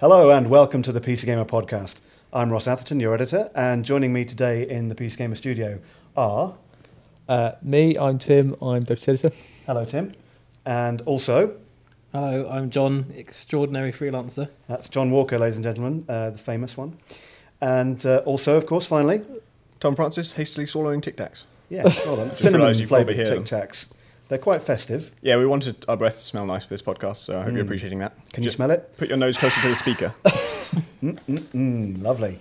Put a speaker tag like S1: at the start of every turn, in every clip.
S1: Hello and welcome to the PC Gamer podcast. I'm Ross Atherton, your editor, and joining me today in the PC Gamer studio are
S2: Uh, me, I'm Tim. I'm deputy editor.
S1: hello Tim, and also
S3: Hello, I'm John, extraordinary freelancer.
S1: that's John Walker, ladies and gentlemen, uh, the famous one, and uh, also of course finally
S4: Tom Francis hastily swallowing Tic Tacs.
S1: yeah, well done,
S4: Just
S1: cinnamon
S4: realised you probably
S1: flavored
S4: hear
S1: Tic
S4: them.
S1: Tacs. They're quite festive.
S4: Yeah, we wanted our breath to smell nice for this podcast, so I hope
S1: Mm.
S4: you're appreciating that.
S1: Can you
S4: Just
S1: smell it?
S4: put your nose closer to the speaker?
S1: Mm, mm, mm, lovely.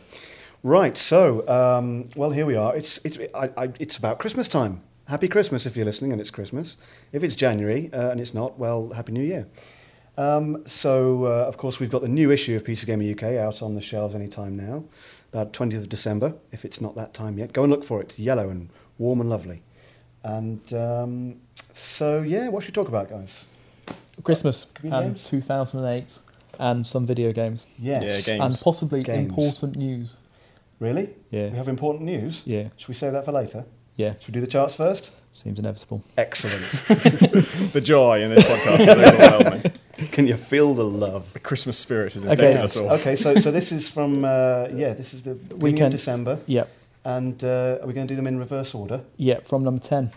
S1: Right, so um, well here we are. It's it's I, I, it's about Christmas time. Happy Christmas if you're listening and it's Christmas. If it's January uh, and it's not, well, Happy New Year. Um, so uh, of course we've got the new issue of PC Gamer UK out on the shelves any time now, about 20th of December. If it's not that time yet, go and look for it. It's yellow and warm and lovely. And um, so yeah, what should we talk about, guys?
S2: Christmas
S1: Video
S2: and
S1: games?
S2: 2008, and some video games,
S1: Yes.
S4: Yeah,
S2: and
S4: Games.
S2: possibly
S1: Games.
S2: important news.
S1: Really? We
S2: Yeah,
S1: have important news.
S2: yeah,
S1: Should we save that for later?
S2: yeah.
S1: Should we do the charts first?
S2: Seems inevitable.
S1: Excellent.
S4: the joy in this podcast is overwhelming.
S1: Can you feel the love?
S4: The Christmas spirit has
S2: Okay.
S4: infected us all.
S1: Okay, so, so this is from, uh, yeah, this is the beginning of
S2: Weekend.
S1: December,
S2: Yeah,
S1: and uh, are we going to do them in reverse order?
S2: yeah. From number ten.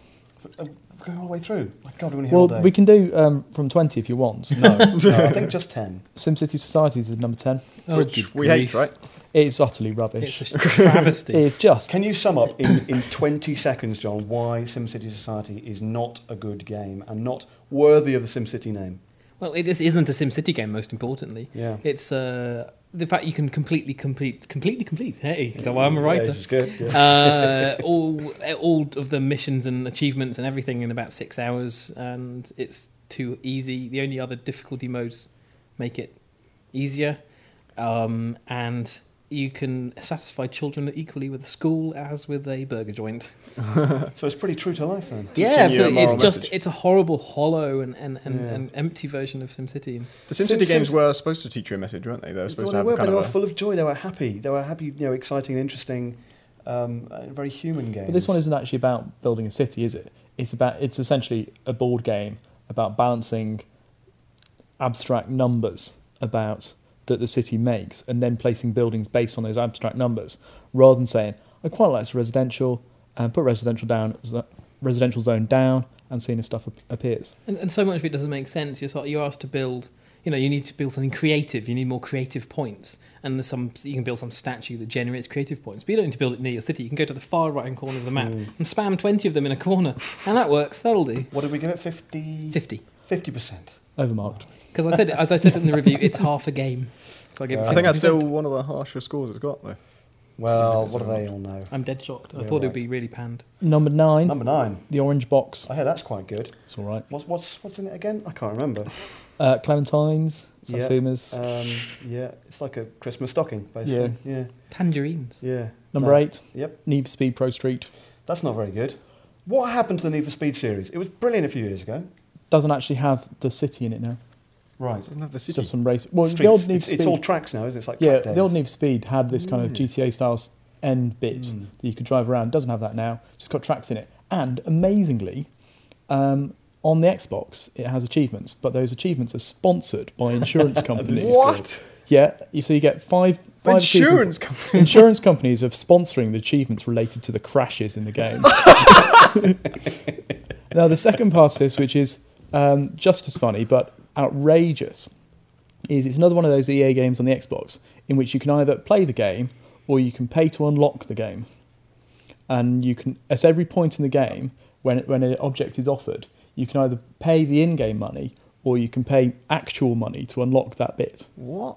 S1: F- uh, Go all the way through. My God, we're going to hear
S2: Well,
S1: all day.
S2: we can do um, from twenty if you want.
S1: no, no, I think just 10.
S2: SimCity Societies is number ten.
S3: Oh,
S4: Which
S3: good
S4: we hate,
S3: grief.
S4: right?
S2: It's utterly rubbish.
S3: It's a travesty.
S2: It's just
S1: Can you sum up in, in 20 seconds, John, why SimCity Society is not a good game and not worthy of the SimCity name?
S3: well, it is, isn't a SimCity game, most importantly.
S1: Yeah.
S3: It's uh, the fact you can completely complete, completely complete. Hey, is that why I'm a writer?
S1: this is good. yeah.
S3: uh, all, all of the missions and achievements and everything in about six hours, and it's too easy. The only other difficulty modes make it easier, um, and you can satisfy children equally with a school as with a burger joint.
S1: So it's pretty true to life then.
S4: Teaching you
S3: Yeah,
S4: a
S3: absolutely. It's
S4: moral
S3: just
S4: message.
S3: it's a horrible, hollow, and and, and,
S1: Yeah.
S3: and empty version of SimCity.
S4: The
S1: Sim-
S4: SimCity games
S1: Sims-
S4: were supposed to teach you a message, weren't they? They were supposed
S1: Well,
S4: to
S1: they
S4: have
S1: were,
S4: a
S1: but
S4: kind
S1: they were
S4: of a,
S1: full of joy. They were happy. They were happy, you know, exciting and interesting, um, uh, very human games.
S2: But this one isn't actually about building a city, is it? It's about it's essentially a board game about balancing abstract numbers about that the city makes and then placing buildings based on those abstract numbers rather than saying I quite like this residential and put residential down z- residential zone down and seeing if stuff ap- appears.
S3: And, and so much of it doesn't make sense. You're sort you're asked to build. You know, you need to build something creative. You need more creative points, and there's some you can build some statue that generates creative points. But you don't need to build it near your city. You can go to the far right hand corner of the map
S1: Mm.
S3: and spam twenty of them in a corner, and that works. That'll do.
S1: What did we give it? 50?
S3: Fifty,
S1: percent
S2: Overmarked.
S3: because I said as I said in the review, it's half a game. So I give it.
S1: Yeah.
S4: I think that's still
S3: 50%.
S4: one of the harsher scores it's got, though.
S1: Well, what do they all know?
S3: I'm dead shocked. I
S1: Yeah,
S3: thought it'd
S1: right.
S3: be really panned.
S2: Number nine,
S1: Number nine.
S2: the orange box.
S1: I hear that's quite good.
S2: It's all right.
S1: What's what's what's in it again? I can't remember.
S2: Uh, Clementines,
S1: Yeah,
S2: Satsumas.
S1: Um, yeah, it's like a Christmas stocking, basically. Yeah,
S3: Tangerines.
S1: yeah.
S2: Number
S1: No.
S2: eight,
S1: Yep,
S2: Need for Speed Pro Street.
S1: that's not very good. What happened to the Need for Speed series? It was brilliant a few years ago.
S2: Doesn't actually have the city in it now.
S1: Right.
S4: Doesn't have the
S2: It's
S4: city.
S2: just some race. Well,
S1: Streets.
S2: the old Need
S1: it's,
S2: for Speed.
S1: it's all tracks now, isn't it? It's like
S2: yeah,
S1: track
S2: the old
S1: days.
S2: Need for Speed had this kind of GTA style s- end bit
S1: Mm.
S2: that you could drive around. Doesn't have that now. Just got tracks in it. And amazingly, um, on the Xbox, it has achievements, but those achievements are sponsored by insurance companies.
S1: This is What?
S2: Yeah, you, so you get five. five achievement-
S4: Insurance company.
S2: Insurance companies are sponsoring the achievements related to the crashes in the game. now, the second part of this, which is um, just as funny but outrageous, is it's another one of those EA games on the Xbox in which you can either play the game or you can pay to unlock the game. And you can, at every point in the game, when, when an object is offered, you can either pay the in game money or you can pay actual money to unlock that bit
S4: What?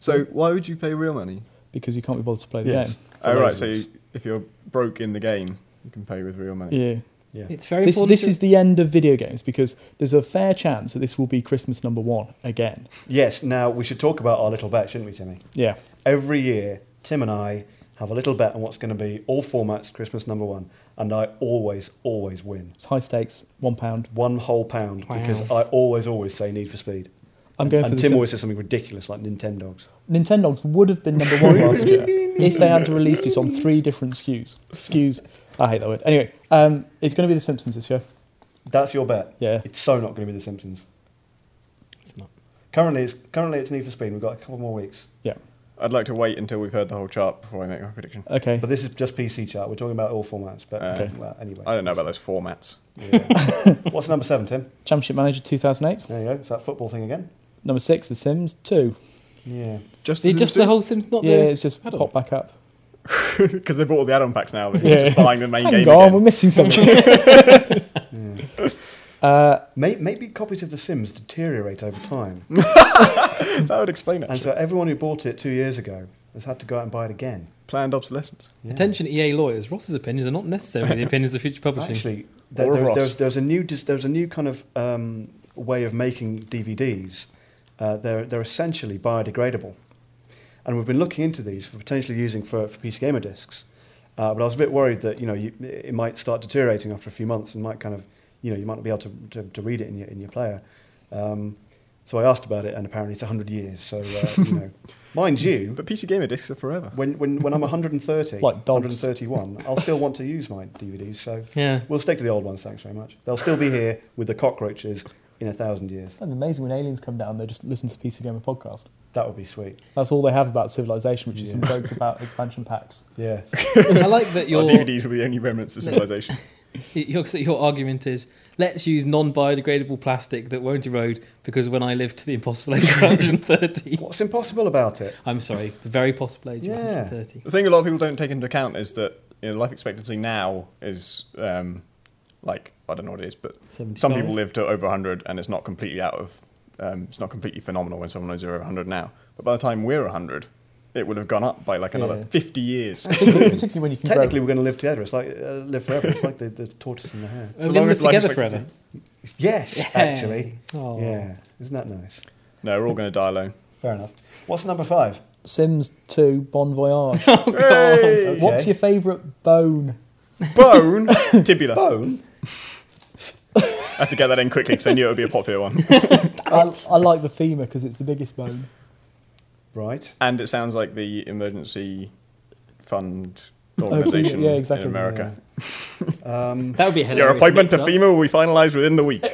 S4: So why would you pay real money?
S2: because you can't be bothered to play the
S1: Yes.
S2: game.
S1: for
S4: Oh, right, so
S1: reasons.
S4: you, if you're broke in the game, you can pay with real money.
S2: Yeah.
S1: Yeah.
S3: It's very
S2: this,
S3: important.
S2: this
S3: to-
S2: is the end of video games because there's a fair chance that this will be Christmas number one again.
S1: Yes, now we should talk about our little bet, shouldn't we, Timmy?
S2: Yeah,
S1: Every year, Tim and I have a little bet on what's going to be all formats Christmas number one, and I always, always win.
S2: it's high stakes, one pound.
S1: One whole pound
S3: Wow.
S1: because I always, always say Need for Speed.
S2: I'm going for
S1: and
S2: the
S1: Tim
S2: sim-
S1: always says something ridiculous like Nintendogs.
S2: Nintendogs would have been number one last year if they had released it on three different SKUs. SKUs. I hate that word. Anyway, um, it's going to be The Simpsons this year.
S1: That's your bet.
S2: Yeah.
S1: It's so not going to be The Simpsons.
S3: It's not.
S1: Currently, it's currently it's Need for Speed. We've got a couple more weeks,
S4: I'd like to wait until we've heard the whole chart before I make my prediction.
S2: Okay.
S1: but this is just PC chart. We're talking about all formats, but
S4: Okay.
S1: well, anyway.
S4: Uh, I don't know about those formats.
S1: Yeah. What's number seven, Tim?
S2: Championship Manager 2008.
S1: There you go. It's that football thing again.
S2: Number six, The Sims 2.
S1: Yeah.
S4: Just
S3: Is it just the whole Sims, not
S2: yeah,
S3: the.
S2: it's just
S3: add-on?
S2: popped back up.
S4: because they bought all the add-on packs now. They're
S2: Yeah.
S4: just buying the main
S2: Hang
S4: game
S2: on, we're
S4: again.
S2: missing something.
S1: yeah.
S2: uh,
S1: May- Maybe copies of The Sims deteriorate over time,
S4: That would explain it.
S1: and so everyone who bought it two years ago has had to go out and buy it again.
S4: Planned obsolescence.
S1: Yeah.
S3: Attention, EA lawyers. Ross's opinions are not necessarily the opinions of future publishing.
S1: Actually, there,
S4: Or
S1: there's,
S4: Ross.
S1: there's, there's a new dis- there's a new kind of um, way of making DVDs. Uh, they're they're essentially biodegradable, and we've been looking into these for potentially using for, for PC gamer discs. Uh, but I was a bit worried that you know you, it might start deteriorating after a few months and might kind of you know you might not be able to, to, to read it in your in your player. Um, so I asked about it, and apparently it's 100 years. So uh, you know, mind you,
S4: But PC gamer discs are forever.
S1: when when, when I'm 130,
S2: Like dogs.
S1: 131, I'll still want to use my DVDs. So
S3: Yeah.
S1: We'll stick to the old ones, thanks very much. They'll still be here with the cockroaches in a thousand years.
S2: that'd be amazing when aliens come down, they just listen to the PC Gamer podcast.
S1: That would be sweet.
S2: That's all they have about civilization, which is some
S1: Yeah.
S2: jokes about expansion packs.
S1: Yeah.
S3: I like that
S4: Our
S3: your,
S4: DVDs will be the only remnants of
S3: No.
S4: civilization.
S3: your so your argument is let's use non biodegradable plastic that won't erode because when I lived to the impossible age of 130.
S1: What's impossible about it?
S3: I'm sorry, the very possible age
S1: Yeah.
S3: of 130.
S4: the thing a lot of people don't take into account is that you know, life expectancy now is um, like I don't know what it is, but some
S3: 75.
S4: people live to over 100, and it's not completely out of um, it's not completely phenomenal when someone is over 100 now. But by the time we're 100, it would have gone up by like another
S2: Yeah.
S4: 50 years.
S2: Particularly when you can
S1: Technically,
S2: grow.
S1: we're going to live together. It's like uh, live forever. It's like the, the tortoise and the hare.
S3: We're
S4: So
S3: gonna
S4: long
S3: live
S4: as life
S3: together
S4: expectancy-
S3: forever.
S1: Yes, actually.
S3: Oh.
S1: Yeah. Isn't that nice?
S4: no, we're all going to die alone.
S1: Fair enough. What's number five?
S2: Sims 2 Bon Voyage.
S4: Hey!
S2: What's your favourite bone?
S4: Bone tibula.
S1: Bone.
S4: I had to get that in quickly because I knew it would be a popular one.
S2: I, I like the femur because it's the biggest bone.
S1: Right.
S4: And it sounds like the emergency fund
S2: yeah,
S4: organisation
S2: exactly,
S4: in America.
S1: Yeah. Um,
S3: That would be a hilarious.
S4: Your appointment to
S3: mix-up.
S4: FEMA will be finalised within the week.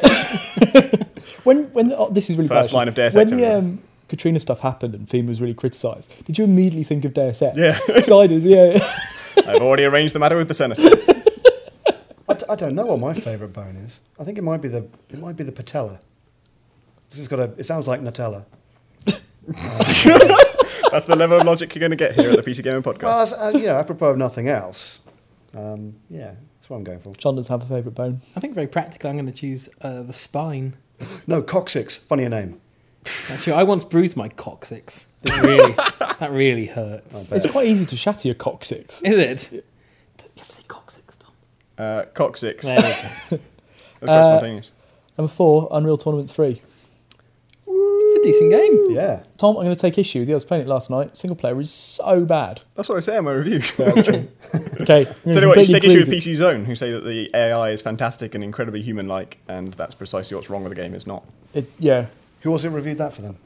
S2: When, when the, oh, this is really
S4: First
S2: bad.
S4: line of Deus
S2: When
S4: Ex,
S2: the
S4: everyone.
S2: um, Katrina stuff happened and FEMA was really criticised, did you immediately think of Deus Ex?
S4: Yeah.
S2: Siders, yeah.
S4: I've already arranged the matter with the senator.
S1: I, d- I don't know what my favourite bone is. I think it might be the it might be the patella. This has got a. It sounds like Nutella.
S4: That's the level of logic you're going to get here at the PC Gamer
S1: Well,
S4: Podcast.
S1: as, uh, you know, apropos of nothing else, um, yeah, that's what I'm going for.
S2: John doesn't have a favourite bone.
S3: I think very practically, I'm going to choose uh, the spine.
S1: No, coccyx, funnier name.
S3: That's true. I once bruised my coccyx. That really, that really hurts.
S1: I bet.
S2: It's quite easy to shatter your coccyx.
S3: Is it? You ever say coccyx, Tom?
S4: Uh, cock six.
S3: There
S4: That's
S3: you go.
S4: quite
S2: Uh,
S4: spontaneous.
S2: Number four, Unreal Tournament 3.
S3: It's a decent game.
S1: Yeah,
S2: Tom, I'm going to take issue with you. I was playing it last night. Single player is so bad.
S4: That's what I say in my review.
S2: Okay. I'm
S4: Tell you what,
S2: completely
S4: you should take issue with
S2: agree you.
S4: PC Zone, who say that the AI is fantastic and incredibly human-like, and that's precisely what's wrong with the game. It's not.
S2: It- yeah.
S1: who also reviewed that for them?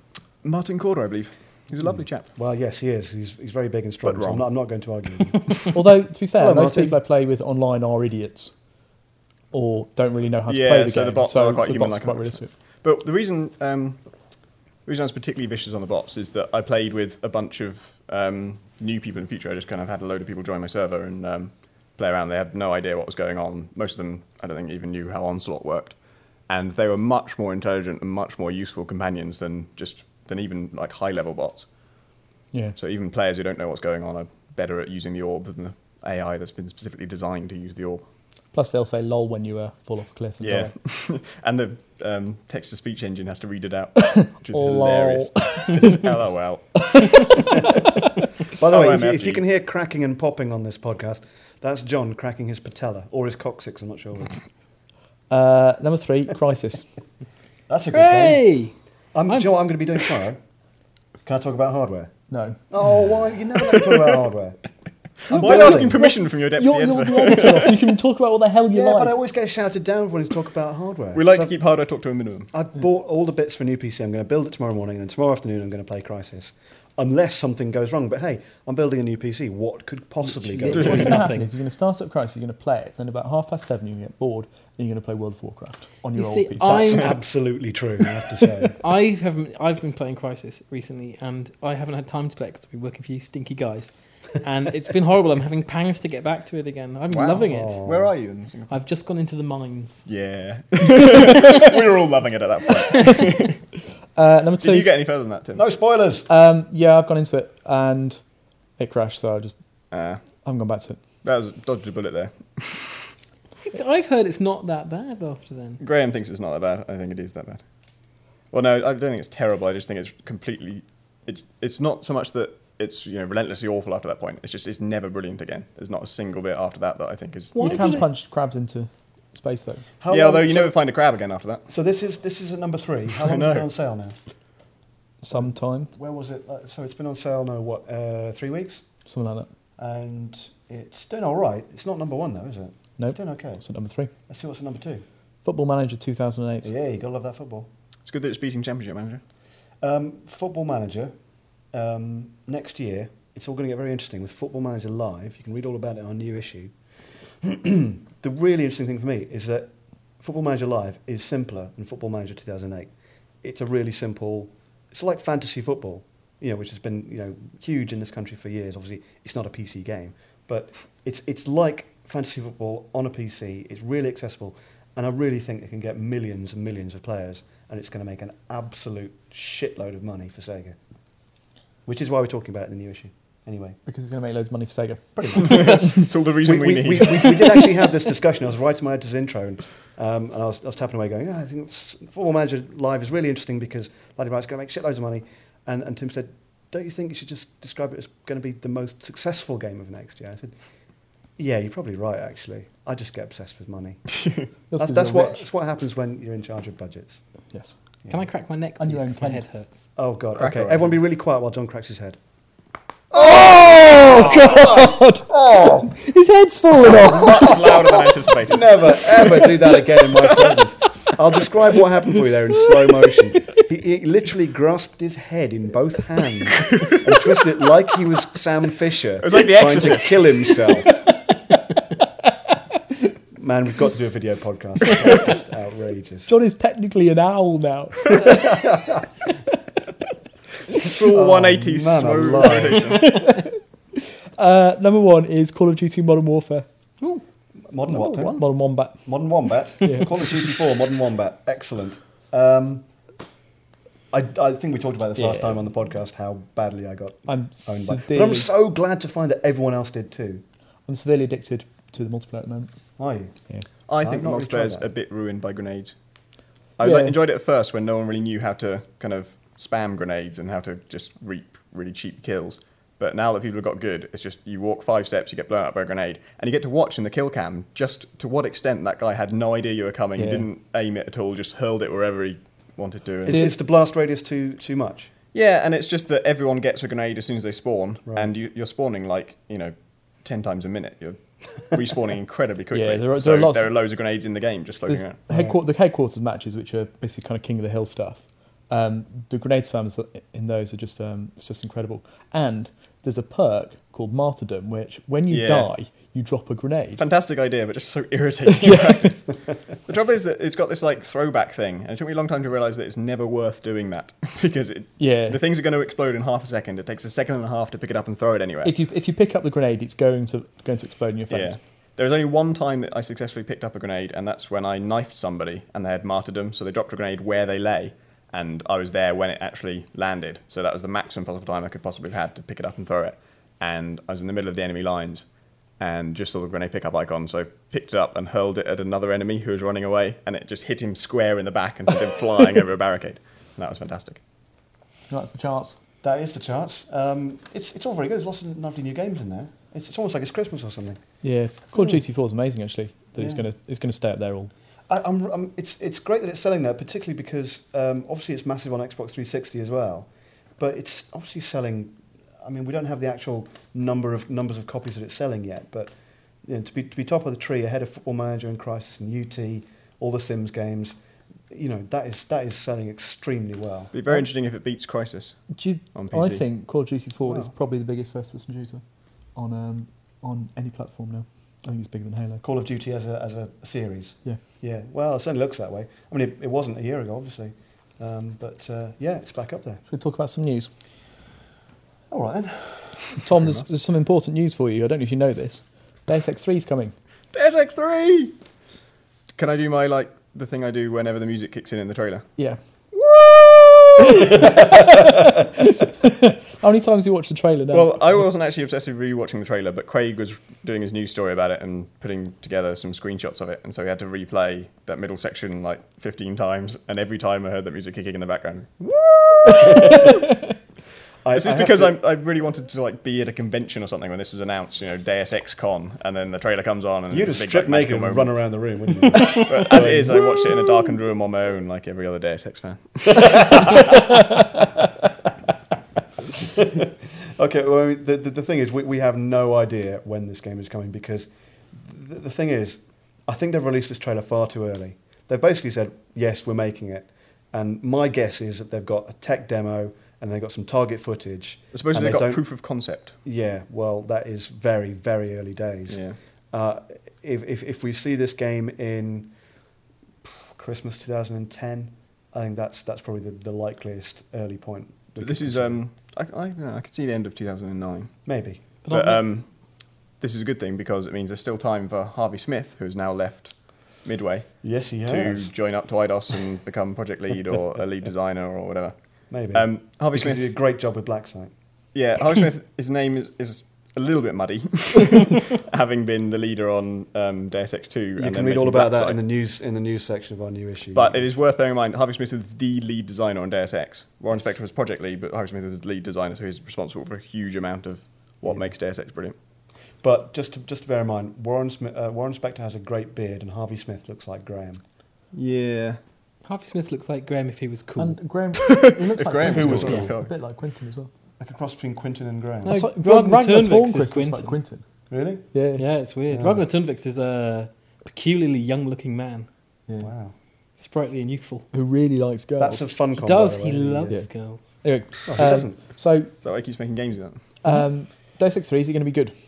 S4: Martin Corder, I believe. He's a lovely chap.
S1: Well, yes, he is. He's, he's very big and strong.
S4: But
S1: so I'm,
S4: wrong.
S1: not, I'm not going to argue. With you.
S2: Although, to be fair,
S1: Hello,
S2: most
S1: Martin.
S2: people I play with online are idiots or don't really know how to
S4: Yeah,
S2: play the
S4: so
S2: game.
S4: the bots
S2: so,
S4: are quite
S2: so the
S4: human
S2: bots are
S4: like
S2: quite
S4: that.
S2: realistic.
S4: But the reason, um, the reason I was particularly vicious on the bots is that I played with a bunch of um, new people in the future. I just kind of had a load of people join my server and um, play around. They had no idea what was going on. Most of them, I don't think, even knew how Onslaught worked. And they were much more intelligent and much more useful companions than just than even like high level bots.
S2: Yeah.
S4: So even players who don't know what's going on are better at using the orb than the AI that's been specifically designed to use the orb.
S2: Plus, they'll say lol when you uh, fall off a cliff. And
S4: Yeah,
S2: die.
S4: and the um, text-to-speech engine has to read it out, which is hilarious. It says Oh, LOL.
S1: By the way, if you,
S4: OMFG.
S1: if you can hear cracking and popping on this podcast, that's John cracking his patella or his coccyx. I'm not sure. Which.
S2: Uh, number three, Crisis.
S1: That's a good game.
S3: Hooray!
S1: I'm, do
S3: I'm-
S1: you know what I'm going to be doing tomorrow? Can I talk about hardware?
S2: No.
S1: Oh, why you never let me talk about hardware? You're
S4: Why are you
S1: building.
S4: asking permission from your deputy
S2: You're, you're
S4: editor?
S2: the editor, so you can talk about what the hell you
S1: Yeah,
S2: like.
S1: but I always get shouted down when I talk about hardware.
S4: we like
S1: So
S4: to keep hardware talk to a minimum.
S1: I've I've bought all the bits for a new PC. I'm going to build it tomorrow morning, and then tomorrow afternoon I'm going to play Crisis, unless something goes wrong. But hey, I'm building a new PC. What could possibly go
S2: What's
S1: wrong?
S2: going to happen
S3: Nothing.
S2: is you're going to start up Crisis, you're going to play it, then about half past seven you're going to get bored, and you're going to play World of Warcraft on
S3: You
S2: your
S3: see,
S2: old PC.
S3: I-
S1: That's
S3: I'm-
S1: absolutely true. I have to say.
S3: I have I've been playing Crisis recently, and I haven't had time to play because I've been working for you stinky guys, and it's been horrible. I'm having pangs to get back to it again. I'm
S4: Wow.
S3: loving it.
S1: Aw.
S4: Oh. Where are you in Singapore?
S3: I've just gone into the mines.
S4: Yeah. we were all loving it at that point.
S2: Uh, number
S4: Did
S2: two.
S4: you get any further than that, Tim?
S1: No spoilers.
S2: um, yeah, I've gone into it and it crashed, so I just
S4: Uh,
S2: I haven't gone back to it.
S4: that was dodged a bullet there.
S3: I've heard it's not that bad after then.
S4: Graham thinks it's not that bad. I think it is that bad. Well, no, I don't think it's terrible. I just think it's completely. It, it's not so much that it's you know relentlessly awful after that point. It's just it's never brilliant again. There's not a single bit after that that I think is.
S3: Why
S2: you
S3: does
S2: can
S3: it-
S2: punch crabs into space though.
S1: How
S4: yeah,
S1: long-
S4: although you
S1: so,
S4: never find a crab again after that.
S1: So this is this is at number three. How
S4: I
S1: long has it
S4: know.
S1: been on sale now?
S2: Sometime,
S1: Where was it? Uh, So it's been on sale now. What? Uh, three weeks,
S2: something like that.
S1: and it's doing all right. It's not number one though, is it? It's
S2: Nope.
S1: doing okay.
S2: That's at number three.
S1: Let's see what's at number two.
S2: Football Manager 2008.
S1: Yeah, you gotta love that football.
S4: It's good that it's beating Championship Manager.
S1: Um, football Manager. Um, next year, it's all going to get very interesting with Football Manager Live. You can read all about it in our new issue. the really interesting thing for me is that Football Manager Live is simpler than Football Manager 2008. It's a really simple. It's like fantasy football, you know, which has been you know huge in this country for years. Obviously, it's not a PC game, but it's it's like fantasy football on a PC. It's really accessible, and I really think it can get millions and millions of players, and it's going to make an absolute shitload of money for Sega, which is why we're talking about it in the new issue. Anyway,
S2: Because it's going to make loads of money for Sega.
S1: pretty much.
S4: it's all the reason we, need.
S1: We, we- we did actually have this discussion. I was writing my editor's intro, and, um, and I, was, I was tapping away, going, "Yeah, I think s- Football Manager Live is really interesting because Bloody Right's going to make shitloads of money. And, and Tim said, Don't you think you should just describe it as going to be the most successful game of next year? I said, Yeah, you're probably right, actually. I just get obsessed with money. That's,
S2: 'cause
S1: that's,
S2: you're
S1: what,
S2: rich.
S1: that's what happens when you're in charge of budgets.
S2: Yes.
S1: Yeah.
S3: Can I crack my neck?
S2: And your
S3: please,
S2: own
S3: 'cause my
S2: pen.
S3: head hurts.
S1: Oh, God.
S4: Crack
S1: okay.
S4: her, I
S1: Everyone
S4: think.
S1: be really quiet while John cracks his head.
S2: Oh,
S1: Oh,
S2: His head's fallen off.
S4: Much louder than anticipated.
S1: Never, ever do that again in my presence. I'll describe what happened for you there in slow motion. He, he literally grasped his head in both hands and twisted it like he was Sam Fisher. It
S4: was like The
S1: trying to
S4: Exorcist.
S1: kill himself. Man, we've got to do a video podcast. It's just outrageous.
S2: John is technically an owl now.
S4: Full 180
S1: Oh, man
S4: slow
S1: alive.
S4: rotation.
S2: Uh, number one is Call of Duty Modern Warfare.
S1: Modern what? Tim?
S2: Modern Wombat.
S1: Modern Wombat.
S2: Yeah.
S1: Call of Duty 4, Modern Wombat. Excellent. Um, I, I think we talked about this last
S2: Yeah.
S1: time on the podcast how badly I got
S2: I'm
S1: owned by.
S2: severely,
S1: But I'm
S2: I'm,
S1: so glad to find that everyone else did too.
S2: severely addicted to the multiplayer at the moment.
S1: Are you?
S2: Yeah.
S4: I
S1: I've
S4: think the
S1: not really tried
S4: multiplayer's
S1: that.
S4: a bit ruined by grenades. I
S2: Yeah.
S4: like, enjoyed it at first when no one really knew how to kind of spam grenades and how to just reap really cheap kills. But now that people have got good, it's just you walk five steps, you get blown up by a grenade, and you get to watch in the kill cam just to what extent that guy had no idea you were coming,
S2: Yeah.
S4: didn't aim it at all, just hurled it wherever he wanted to.
S1: Is,
S4: And
S2: Yeah.
S1: is the blast radius too too much?
S4: yeah, and it's just that everyone gets a grenade as soon as they spawn,
S1: Right.
S4: and you, you're spawning like, you know, 10 times a minute. You're respawning incredibly quickly.
S2: there are- there are
S4: so
S2: lots-
S4: there are loads of grenades in the game just floating
S2: There's
S4: around.
S2: headquarter, the headquarters matches, which are basically kind of king of the hill stuff. Um, the grenade spams in those are just um, it's just incredible. And there's a perk called martyrdom, which when you
S4: Yeah.
S2: die, you drop a grenade.
S4: Fantastic idea, but just so irritating in practice. The trouble is that it's got this like throwback thing, and it took me a long time to realise that it's never worth doing that because it,
S2: Yeah.
S4: the things are going to explode in half a second. It takes a second and a half to pick it up and throw it anywhere.
S2: If you if you pick up the grenade, it's going to going to explode in your face.
S4: yeah. There was only one time that I successfully picked up a grenade, and that's when I knifed somebody and they had martyrdom, so they dropped a grenade where they lay, and I was there when it actually landed. So that was the maximum possible time I could possibly have had to pick it up and throw it. And I was in the middle of the enemy lines and just saw the grenade pickup icon, so I picked it up and hurled it at another enemy who was running away, and it just hit him square in the back and sent him flying over a barricade. And that was fantastic.
S2: And That's the chance.
S1: That is the charts. Um, it's it's all very good. There's lots of lovely new games in there. It's, it's almost like it's Christmas or something.
S2: Yeah, Call of Duty Four is amazing actually. That it's
S1: Yeah.
S2: gonna it's gonna stay up there all.
S1: I, I'm, I'm, it's it's great that it's selling there, particularly because um, obviously it's massive on Xbox 360 as well, but it's obviously selling I mean, we don't have the actual number of numbers of copies that it's selling yet, but you know, to be to be top of the tree ahead of Football Manager and Crisis and UT, all the Sims games, you know, that is that is selling extremely well.
S4: It'd be very interesting if it beats Crisis
S2: Do you,
S4: on PC.
S2: I think Call of Duty 4 is
S1: Wow.
S2: probably the biggest first-person shooter on um, on any platform now. I think it's bigger than Halo.
S1: Call of Duty as a as a series.
S2: Yeah.
S1: Yeah. Well, it certainly looks that way. I mean, it, it wasn't a year ago, obviously, um, but uh, yeah, it's back up there.
S2: Should we talk about some news?
S1: All right then.
S2: Tom, there's, there's some important news for you. I don't know if you know this. Deus Ex 3 is coming.
S4: Deus Ex 3! Can I do my, like, the thing I do whenever the music kicks in in the trailer?
S2: Yeah. How many times do you watch the trailer now?
S4: Well, I wasn't actually obsessively watching the trailer, but Craig was doing his news story about it and putting together some screenshots of it, and so he had to replay that middle section like 15 times, and every time I heard that music kicking in the background.
S1: I,
S4: This
S1: I
S4: is
S1: have
S4: because
S1: to-
S4: I'm, I really wanted to like be at a convention or something when this was announced, you know, Deus Ex Con, and then the trailer comes on and
S1: You'd have
S4: it's a big,
S1: stripped
S4: like,
S1: naked
S4: magical
S1: and run
S4: moment.
S1: around the room, wouldn't you?
S4: But as it is, I watched it in a darkened room on my own, like every other Deus Ex fan.
S1: Okay, well, I mean, the, the, the thing is, we, we have no idea when this game is coming because the, the thing is, I think they've released this trailer far too early. They've basically said, yes, we're making it. And my guess is that they've got a tech demo and they've got some target footage.
S4: I suppose
S1: And
S4: they
S1: they
S4: got
S1: don't-
S4: proof of concept.
S1: Yeah, well, that is very, very early days.
S4: Yeah.
S1: Uh, if, if, if we see this game in Christmas 2010, I think that's, that's probably the, the likeliest early point. we
S4: But this
S1: could
S4: is,
S1: consider.
S4: um, I, I, yeah, I could see the end of 2009.
S1: Maybe.
S4: But um, this is a good thing because it means there's still time for Harvey Smith, who has now left Midway,
S1: Yes, he has.
S4: to join up to IDOS and become project lead or a lead designer or whatever.
S1: Maybe.
S4: Um, Harvey
S1: because he did a
S4: Smith,
S1: great job with Black Site.
S4: yeah, Harvey Smith, his name is, is a little bit muddy, having been the leader on um, Deus Ex 2.
S1: You can read all about that in the news in the news section of our new issue.
S4: But it is worth bearing in mind, Harvey Smith was the lead designer on Deus Ex. Warren Spector was project lead, but Harvey Smith was the lead designer, so he's responsible for a huge amount of what
S1: Yeah.
S4: makes Deus Ex brilliant.
S1: But just to, just to bear in mind, Warren Smith, uh, Warren Spector has a great beard, and Harvey Smith looks like Graham.
S4: Yeah.
S3: Harvey Smith looks like Graham if he was cool.
S2: And Graham, it looks
S4: If
S2: like
S4: Graham
S1: Who
S2: Quentin
S1: was
S2: as well.
S4: cool.
S2: A bit like Quentin as well.
S1: Like a cross between Quinton and Graham.
S3: No. Like,
S2: It's like,
S3: Ragnar
S2: Ragnar
S3: Turnvix
S2: Tornquist
S3: is
S2: looks like
S3: Quentin.
S2: Quentin.
S1: Really?
S2: Yeah.
S3: yeah, it's weird.
S1: Yeah.
S3: Ragnar Tunvix is a peculiarly young-looking man,
S2: Yeah.
S1: Wow.
S3: sprightly and youthful.
S2: Who really likes girls.
S1: That's a fun.
S3: He
S1: combo,
S3: does.
S1: by
S3: He
S1: the way.
S3: loves
S2: Yeah.
S3: girls.
S2: Anyway,
S1: Oh, who
S2: Um,
S1: doesn't?
S2: so
S4: Is that why he keeps making games with that?
S2: um, Deus Ex 3, is it going to be good?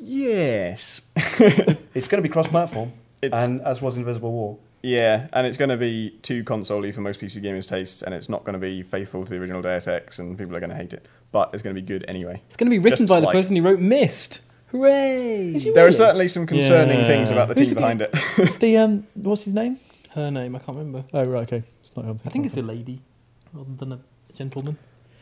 S4: Yes.
S1: It's going to be cross-platform,
S4: It's
S1: and as was Invisible War.
S4: yeah, and it's going to be too console for most PC gamers' tastes, and it's not going to be faithful to the original Deus Ex, and people are going to hate it. But it's going to be good anyway.
S3: It's going to be written
S4: Just
S3: by
S4: like-
S3: the person who wrote Mist. Hooray!
S2: Is he
S4: There are
S2: really?
S4: certainly some concerning
S3: Yeah.
S4: things about the
S2: Who's
S4: team
S2: the-
S4: behind it.
S2: The um, what's his name?
S3: Her name, I can't remember.
S2: Oh right, okay. It's not him.
S3: I think it's a lady rather than a gentleman.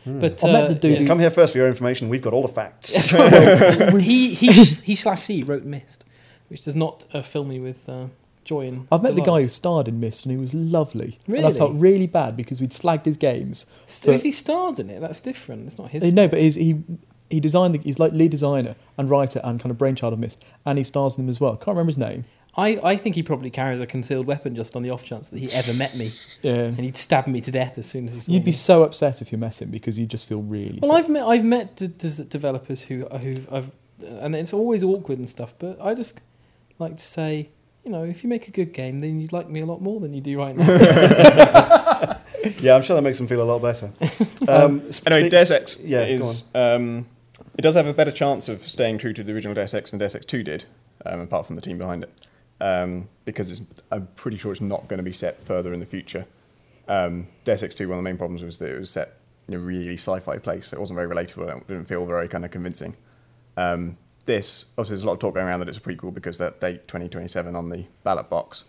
S1: Hmm.
S3: But uh,
S2: I met the dude
S1: come here first for your information. We've got all the facts.
S3: Yes, well, he he sh- he slash she wrote Mist, which does not uh, fill me with uh, joy and.
S2: I've met the guy who
S3: delight.
S2: starred in Mist, and he was lovely. And I
S3: Really?
S2: felt really bad because we'd slagged his games.
S3: St- if he stars in it, that's different. It's not his.
S2: Eh, no, but he's, he he designed the, he's like lead designer and writer and kind of brainchild of Mist, and he stars in them as well. Can't remember his name.
S3: I, I think he probably carries a concealed weapon just on the off chance that he ever met me,
S2: Yeah.
S3: and he'd stab me to death as soon as he saw
S2: You'd be
S3: me.
S2: so upset if you met him because you just feel really.
S3: Well,
S2: sorry.
S3: I've met I've met d- d- developers who uh, who I've and it's always awkward and stuff. But I just like to say, you know, if you make a good game, then you'd like me a lot more than you do right now.
S1: yeah, I'm sure that makes them feel a lot better. Um, sp-
S4: anyway,
S1: speak-
S4: Deus Ex
S1: yeah, go
S4: is um, it does have a better chance of staying true to the original Deus Ex than Deus Ex Two did, um, apart from the team behind it, um, because it's, I'm pretty sure it's not going to be set further in the future. Um, Deus Ex Two, one of the main problems was that it was set in a really sci-fi place. So it wasn't very relatable. and It didn't feel very kind of convincing. Um, this obviously there's a lot of talk going around that it's a prequel because that date 2027 on the ballot box,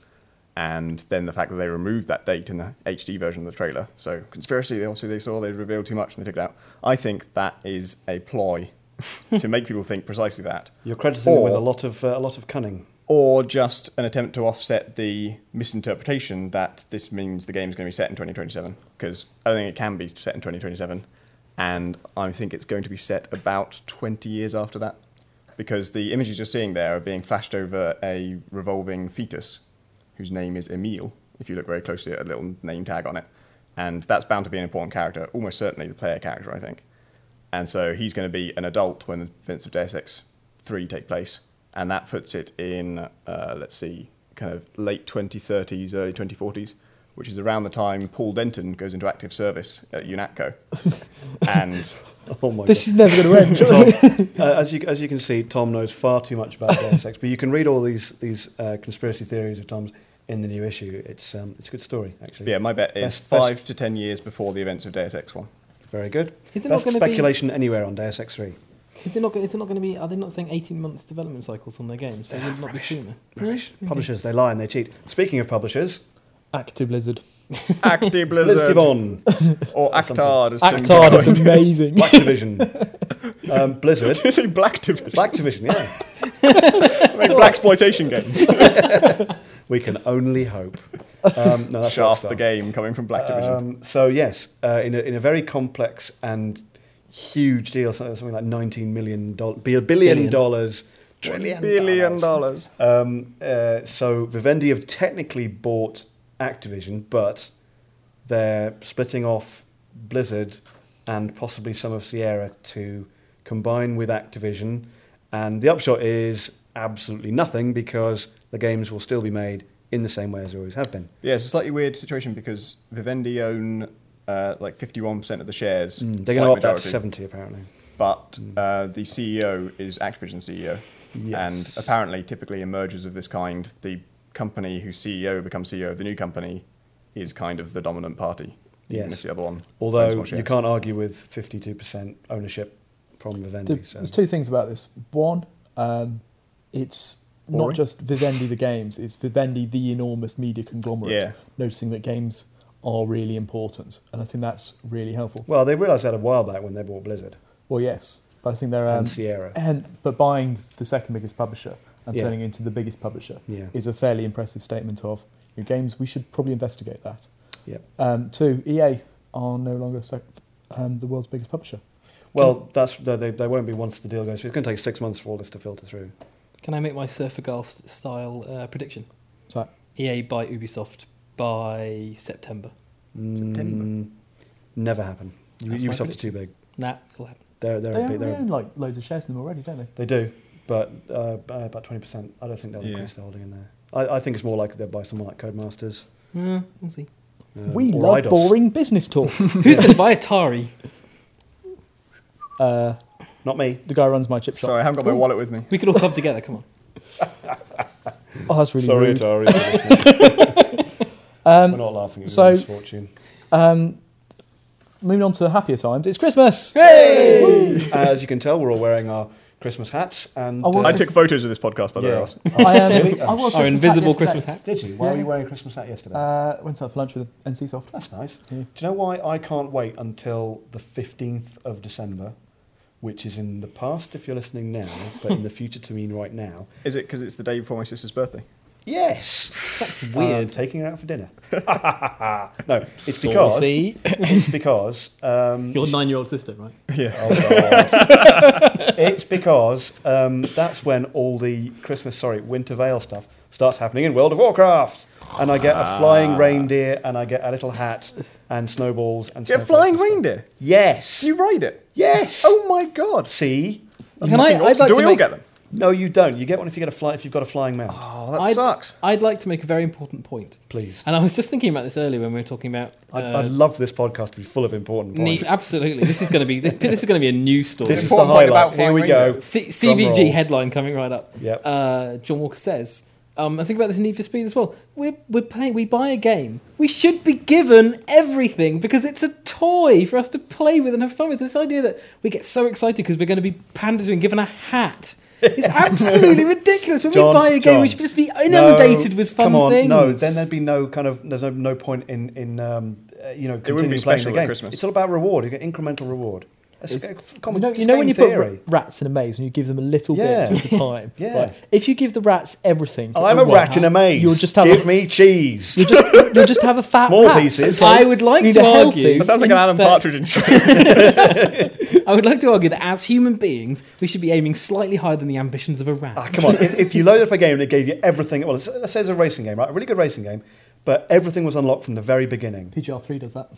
S4: and then the fact that they removed that date in the HD version of the trailer. So conspiracy. They obviously they saw they revealed too much and they took it out. I think that is a ploy to make people think precisely that,
S1: You're crediting them with a
S4: Or-
S1: lot of uh, a lot of cunning.
S4: or just an attempt to offset the misinterpretation that this means the game's going to be set in 2027 because I don't think it can be set in 2027 and I think it's going to be set about 20 years after that because the images you're seeing there are being flashed over a revolving fetus whose name is Emile if you look very closely at a little name tag on it and that's bound to be an important character almost certainly the player character I think and so he's going to be an adult when the events of Deus Ex three take place, and that puts it in uh, let's see, kind of late 2030s, early 2040s, which is around the time Paul Denton goes into active service at UNATCO, and
S1: Oh my
S2: This is never going to end.
S1: Uh, as you as you can see, Tom knows far too much about Deus Ex. But you can read all these these uh, conspiracy theories of Tom's in the new issue. It's um, it's a good story actually.
S4: yeah, my bet is
S1: Best- best-
S4: five to ten years before the events of Deus Ex one.
S1: Very good.
S3: Is it not
S1: Best
S3: gonna be-
S1: speculation anywhere on Deus Ex Three.
S3: Is it not? go- Is it not going to be? Are they not saying eighteen months development cycles on their games? So it would not be sooner.
S1: Publishers, they lie and they cheat. Speaking of publishers,
S2: Active Blizzard.
S4: Active
S1: let's
S4: Blizzard
S1: give on
S4: or
S1: something.
S4: Actard. as Tim
S2: Actard
S4: called
S2: is amazing.
S1: Black Division, um, Blizzard,
S4: it. Say Black Division.
S1: Black Division. Yeah,
S4: Black exploitation games.
S1: we can only hope. Um, no, that's
S4: Shaft
S1: Rockstar.
S4: the game coming from Black Division.
S1: Um, so yes, uh, in, a, in a very complex and huge deal, so- something like nineteen million dollars, billion, billion
S3: Billion.
S1: dollars, trillion,
S4: billion
S1: dollars.
S4: dollars.
S1: Um, uh, so Vivendi have technically bought Activision, but they're splitting off Blizzard and possibly some of Sierra to combine with Activision, and the upshot is absolutely nothing because the games will still be made in the same way as they always have been.
S4: Yeah, it's a slightly weird situation because Vivendi own uh, like 51% of the
S1: Mm,
S4: shares.
S1: They're
S4: Mm, slight
S1: going to up that to
S4: majority,
S1: seventy apparently.
S4: But uh, the CEO is Activision CEO.
S1: Mm. Yes.
S4: And apparently, typically in mergers of this kind, the company whose CEO becomes CEO of the new company is kind of the dominant party. Even
S1: Yes.
S4: if the other one. owns
S1: Although
S4: more shares.
S1: you can't argue with 52% ownership from Vivendi.
S2: There-
S1: so.
S2: There's two things about this. One, um, it's
S4: Boring.
S2: not just Vivendi the games; it's Vivendi the enormous media conglomerate.
S4: Yeah.
S2: Noticing that games are really important, and I think that's really helpful.
S1: Well, they realised that a while back when they bought Blizzard
S2: Well, yes, but I think they're um,
S1: and Sierra.
S2: and but buying the second biggest publisher and
S1: Yeah.
S2: turning it into the biggest publisher
S1: Yeah.
S2: is a fairly impressive statement of your games. We should probably investigate that.
S1: Yep.
S2: Um, two, EA are no longer sec- um, the world's biggest publisher.
S1: Well, that's they, they- they won't be once the deal goes through. It's going to take six months for all this to filter through.
S3: Can I make my Surfer Girl st- style uh, prediction?
S2: So
S3: EA by Ubisoft by September.
S4: September.
S1: Mm, never happen. You,
S3: That's my
S1: Ubisoft is too big.
S3: Nah, it'll happen.
S1: They're, they're,
S2: they,
S1: a
S2: own,
S1: big,
S2: they
S1: they're
S2: own like loads of shares in them already, don't they?
S1: they do, but uh, by about 20%. I don't think they'll
S4: Yeah.
S1: increase their holding in there. I, I think it's more likely they'll buy someone like Codemasters.
S3: Hmm, we'll see.
S1: um,
S2: we
S1: or
S2: love
S1: Eidos.
S2: boring business talk.
S3: Who's going to buy Atari?
S2: uh,
S1: Not me.
S2: the guy who runs my chip shop.
S4: Sorry, I haven't got my wallet with me.
S3: We could all club together. Come on.
S2: Oh, that's really
S1: Sorry,
S2: rude.
S1: Atari. for listening. We're not laughing at your
S2: so-
S1: misfortune.
S2: Um, moving on to happier times. It's Christmas.
S1: As you can tell, we're all wearing our Christmas hats. And uh,
S2: I
S4: I
S2: wonder-
S4: took photos of this podcast, by the way.
S1: yeah.
S4: Ross.
S2: I, um,
S1: Really?
S2: I wore
S1: Oh,
S2: a Christmas
S3: Our
S2: hat
S3: invisible
S2: yesterday.
S3: Christmas hats.
S1: did you? Why were
S2: Yeah.
S1: you wearing a Christmas hat yesterday?
S2: Uh, went out for lunch with NC Soft.
S1: That's nice.
S2: Yeah.
S1: Do you know why I can't wait until the fifteenth of December, which is in the past if you're listening now, but in the future to mean right now?
S4: Is it because it's the day before my sister's birthday?
S1: Yes, that's
S3: weird.
S1: taking her out for dinner. no, it's because it's because um,
S3: Your nine-year-old sister, right?
S4: Yeah.
S1: Oh, God. it's because um, that's when all the Christmas, sorry, Winter Vale stuff starts happening in World of Warcraft. And I get
S4: Ah.
S1: a flying reindeer and I get a little hat and snowballs and
S4: Get a
S1: snowflakes
S4: flying
S1: and stuff.
S4: reindeer.
S1: Yes.
S4: You ride it.
S1: yes.
S4: Oh my god.
S1: See?
S3: Can I? I'd like
S4: Do
S3: to
S4: we all
S3: make,
S4: get them?
S1: No, you don't. You get one if you get a fly if you've got a flying mount.
S4: Oh, that
S3: I'd-
S4: sucks.
S3: I'd like to make a very important point.
S1: Please.
S3: And I was just thinking about this earlier when we were talking about.
S1: I'd,
S3: uh,
S1: I'd love this podcast to be full of important
S3: need-
S1: points.
S3: absolutely, this is going to be this, this is going to be a news story.
S1: This is the
S4: Important point
S1: highlight.
S4: about
S1: Here
S4: flying
S1: we go.
S4: reindeer.
S3: C-
S1: Drum roll.
S3: CVG headline coming right up.
S1: Yep.
S3: Uh, John Walker says, um, I think about this in Need for Speed as well. We're, we're playing, we buy a game. We should be given everything because it's a toy for us to play with and have fun with. This idea that we get so excited because we're going to be pandered to and given a hat. It's absolutely ridiculous. When
S1: John,
S3: we buy a game,
S1: John.
S3: we should just be inundated with fun
S1: come on,
S3: things.
S1: No, then there'd be no kind of there's no, no point in in um, uh, you know continuing
S4: be
S1: playing the
S4: special at
S1: game.
S4: Christmas.
S1: It's all about reward. You get incremental reward. That's a
S2: You
S1: common
S2: know, you know when you put
S1: theory.
S2: ra- rats in a maze and you give them a little
S1: Yeah.
S2: bit at a time.
S1: Yeah. Oh,
S2: Like, if you give the rats everything,
S1: I'm a rat
S2: at once,
S1: in a maze.
S2: You'll just have
S1: Give
S2: a,
S1: me cheese.
S2: you'll just, you'll just have a fat
S1: Small
S2: rat.
S1: pieces.
S3: I would like
S2: You need
S3: to
S2: a
S3: argue.
S2: healthy-
S4: That sounds like an Alan
S3: But-
S4: Partridge in China.
S3: I would like to argue that as human beings, we should be aiming slightly higher than the ambitions of a rat.
S1: Ah, come on. If, if you load up a game and it gave you everything, well, let's, let's say it's a racing game, right? A really good racing game, but everything was unlocked from the very beginning.
S2: PGR3 does that.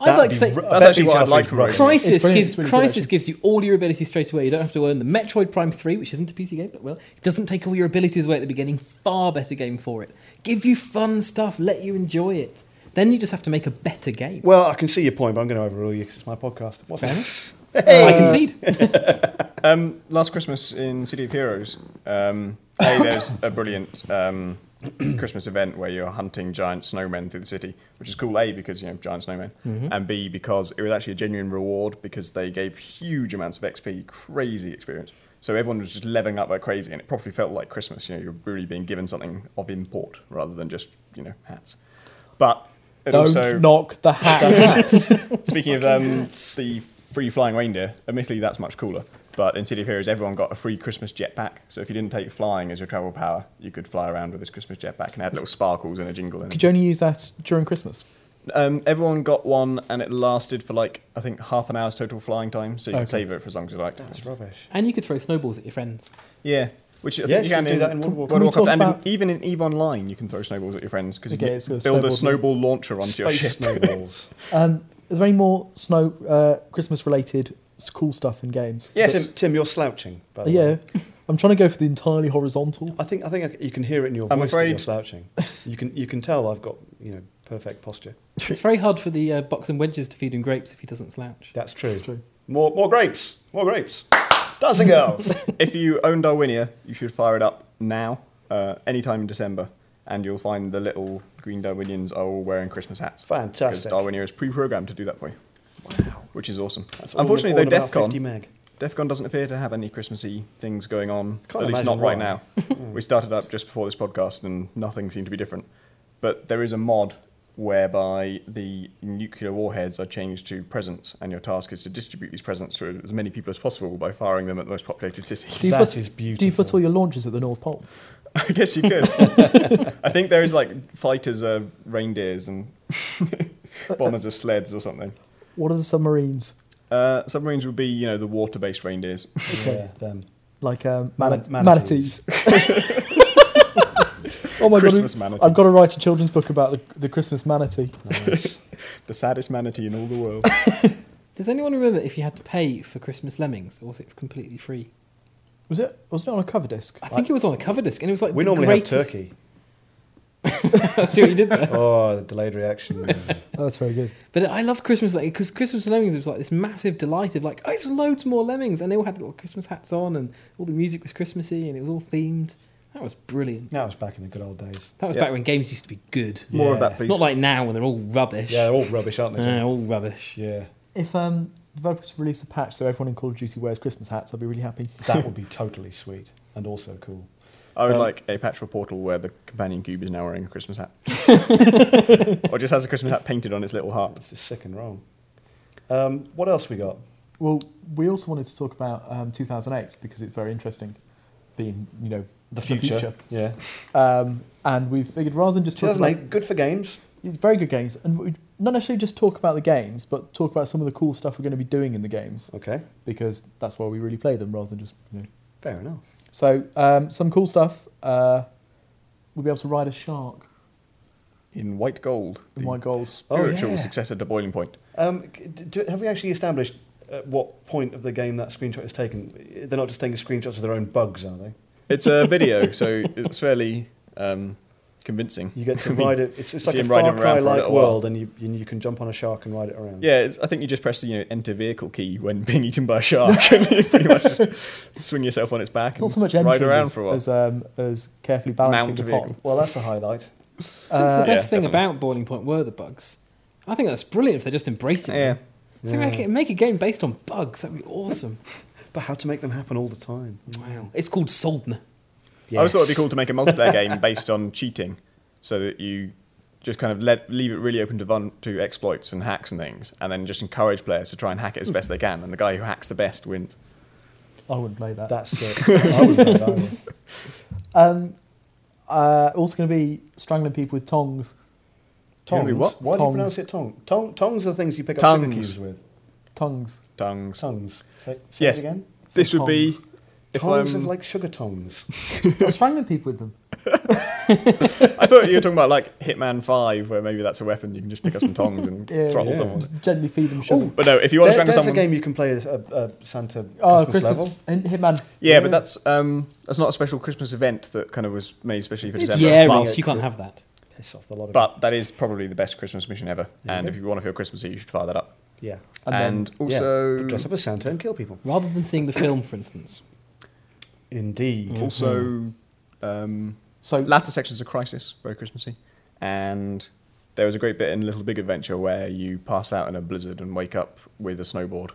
S3: I'd like to say
S4: That's actually what I'd like from Rogue Rogue.
S2: It's
S3: Crisis
S2: brilliant,
S3: gives
S2: it's really good,
S3: Crisis
S2: actually.
S3: gives you all your abilities straight away. You don't have to earn them. Metroid Prime Three, which isn't a PC game, but well, it doesn't take all your abilities away at the beginning. Far better game for it. Give you fun stuff. Let you enjoy it. Then you just have to make a better game.
S1: Well, I can see your point, but I'm going to overrule you because it's my podcast. What's
S3: Fair
S1: that?
S3: enough. I concede.
S4: Um, last Christmas in City of Heroes, um, hey, there's a brilliant um, Christmas event where you're hunting giant snowmen through the city, which is cool. A because you know giant snowmen, and B because it was actually a genuine reward because they gave huge amounts of XP, crazy experience. So everyone was just leveling up like crazy, and it probably felt like Christmas. You know, you're really being given something of import rather than just you know hats. But it
S2: Don't
S4: also
S2: knock the hat.
S4: Speaking of um, the free flying reindeer, admittedly that's much cooler. But in City of Heroes, everyone got a free Christmas jetpack. So if you didn't take flying as your travel power, you could fly around with this Christmas jetpack and it had little sparkles and a jingle in
S2: Could
S4: it.
S2: you only use that during Christmas?
S4: Um, everyone got one, and it lasted for like I think half an hour's total flying time. So you could
S2: Okay.
S4: save it for as long as you like.
S1: That's rubbish.
S3: and you could throw snowballs at your friends.
S4: Yeah, which I think
S1: Yes,
S4: you
S1: you
S4: can
S1: do that in World of
S4: World
S1: Warcraft.
S4: of
S2: Can we
S4: Warcraft,
S2: talk
S4: and in-
S2: about-
S4: even in Eve Online, you can throw snowballs at your friends because you
S2: Okay,
S4: can
S2: it's a
S4: build
S2: snowball thing.
S4: a snowball launcher onto your ship.
S1: Space snowballs.
S2: Um, is there any more snow uh, Christmas related cool stuff in games? Uh,
S4: Yes.
S1: Tim, Tim, you're slouching. By the
S2: Yeah.
S1: way.
S2: I'm trying to go for the entirely horizontal.
S1: I think I think I- you can hear it in your
S4: I'm
S1: voice that you're
S4: afraid-
S1: slouching. You can you can tell I've got you know perfect posture.
S3: It's very hard for the uh, box and wedges to feed him grapes if he doesn't slouch.
S1: That's true.
S2: That's true.
S1: More more grapes. More grapes. Dancing girls.
S4: if you own Darwinia, you should fire it up now, uh, anytime in December, and you'll find the little green Darwinians are all wearing Christmas hats. Because
S1: Fantastic.
S4: Darwinia is pre-programmed to do that for you. Wow. Which is awesome.
S1: That's all-
S4: Unfortunately,
S1: all
S4: though,
S1: about
S4: DEF CON,
S1: 50 meg.
S4: DEF CON doesn't appear to have any Christmassy things going on,
S1: Can't
S4: at least
S1: imagine
S4: not right
S1: why.
S4: now. we started up just before this podcast and nothing seemed to be different. But there is a mod whereby the nuclear warheads are changed to presents, and your task is to distribute these presents to as many people as possible by firing them at the most populated cities.
S2: you
S1: That
S2: put-
S1: is
S2: Do you put
S1: beautiful.
S2: all your launches at the North Pole?
S4: I guess you could. I think there is like fighters are reindeers and bombers are sleds or something.
S2: What are the submarines?
S4: Uh, submarines would be, you know, the water-based reindeers.
S1: Yeah, them.
S2: Like um,
S1: Man-
S2: manat-
S1: manatees.
S2: manatees. oh my
S4: Christmas
S2: god.
S4: manatees.
S2: I've got to write a children's book about the, the Christmas manatee.
S1: Nice.
S4: The saddest manatee in all the world.
S3: Does anyone remember if you had to pay for Christmas lemmings, or was it completely free?
S2: Was it was it on a cover disc?
S3: I think it was on a cover disc, and it was like
S1: we
S3: the
S1: normally have
S3: greatest-
S1: turkey.
S3: That's what you did there.
S1: Oh, the delayed reaction.
S2: Oh, that's very good.
S3: But I love Christmas like because Christmas with lemmings was like this massive delight of like oh, it's loads more lemmings, and they all had little Christmas hats on, and all the music was Christmassy, and it was all themed. That was brilliant.
S1: that was back in the good old days.
S3: That was
S4: Yeah.
S3: back when games used to be good,
S4: More of
S1: Yeah.
S4: that, please.
S3: not like now when they're all rubbish.
S1: Yeah, they're all rubbish, aren't they?
S3: Yeah,
S1: John?
S3: all rubbish.
S1: Yeah,
S2: If um, developers release a patch so everyone in Call of Duty wears Christmas hats, I'd be really happy.
S1: that would be totally sweet and also cool.
S4: I would
S1: Um,
S4: like a patch for Portal where the companion cube is now wearing a Christmas hat. or just has a Christmas hat painted on its little heart.
S1: That's just Oh, sick and wrong. Um, what else we got?
S2: Well, we also wanted to talk about um, 2008 because it's very interesting, being you know
S1: Yeah.
S2: Um, and we figured rather than just talk about
S1: 2008, good for games.
S2: very good games, and we not necessarily just talk about the games, but talk about some of the cool stuff we're going to be doing in the games
S1: Okay,
S2: because that's why we really play them rather than just you know.
S1: fair enough.
S2: So um, some cool stuff. Uh, we'll be able to ride a shark.
S4: In white gold.
S2: In
S4: the
S2: white gold.
S4: Spiritual
S1: Oh, yeah.
S4: successor to Boiling Point.
S1: Um, c- do, have we actually established at what point of the game that screenshot is taken? They're not just taking screenshots of their own bugs, are they?
S4: It's a video, so it's fairly um, convincing.
S1: You get to
S4: I mean,
S1: ride it. It's, it's
S4: see
S1: like a
S4: him riding
S1: Far
S4: around for a
S1: Cry like
S4: little while.
S1: world, and you, you you can jump on a shark and ride it around.
S4: Yeah, it's, I think you just press the you know, enter vehicle key when being eaten by a shark, and you pretty much just swing yourself on its back
S2: It's
S4: and
S2: not so much
S4: ride
S2: entering
S4: around
S2: as,
S4: for a while.
S1: uh,
S2: as, um, as carefully balancing
S4: Mount
S2: the
S4: a
S2: pond.
S1: Well, that's a highlight.
S3: So that's
S2: Uh,
S3: the best
S4: yeah,
S3: thing
S4: definitely.
S3: about Boiling Point were the bugs. I think that's brilliant if they're just embracing
S4: yeah,
S3: them. So make, it- make a game based on bugs. That'd be awesome.
S1: But how to make them happen all the time?
S3: Wow. It's called Soldner.
S4: I always thought it'd be
S1: Yes.
S4: cool to make a multiplayer game based on cheating, so that you just kind of let, leave it really open to fun, to exploits and hacks and things, and then just encourage players to try and hack it as best they can, and the guy who hacks the best wins.
S2: I wouldn't play that.
S1: That's sick. I would play that one.
S2: Um, uh, also going to be strangling people with tongs.
S1: Tongs.
S4: Gonna be what?
S1: Why do you
S2: Tongs.
S1: pronounce it tong? Tong tongs are the things you pick up sugar
S4: Tongues.
S1: cubes with.
S2: Tongs.
S4: Tongues.
S1: Tongues. Say, say
S4: Yes.
S1: it again.
S4: This would be
S2: Tongs.
S4: if
S1: tongs
S4: um,
S1: of like sugar tongs.
S2: I'm strangling people with them.
S4: I thought you were talking about like Hitman Five, where maybe that's a weapon you can just pick up some tongs and
S2: Yeah,
S4: throttle
S1: yeah.
S4: someone.
S2: Just gently feed them sugar.
S1: Ooh,
S4: But no, if you want
S1: There-
S4: to strangle
S1: there's
S4: someone,
S1: a game you can play as a, a Santa Christmas,
S2: oh, Christmas,
S1: level.
S2: and Hitman.
S4: yeah,
S1: yeah.
S4: but that's um, that's not a special Christmas event that kind of was made especially for
S3: It's
S4: December.
S3: yeah,
S4: but,
S3: Ross, you can't have that.
S1: Piss off the lot of it.
S4: but that is probably the best Christmas mission ever.
S1: There you
S4: and
S1: go.
S4: if you want to feel Christmassy, you should fire that up.
S1: yeah,
S2: And
S4: And,
S2: then-
S4: also,
S1: But dress up as Santa and kill people.
S3: Rather than seeing the film, for instance.
S1: Indeed.
S4: Mm-hmm.
S1: Hmm.
S4: also um,
S2: So
S4: latter sections of Crisis, very Christmassy, and there was a great bit in Little Big Adventure where you pass out in a blizzard and wake up with a snowboard.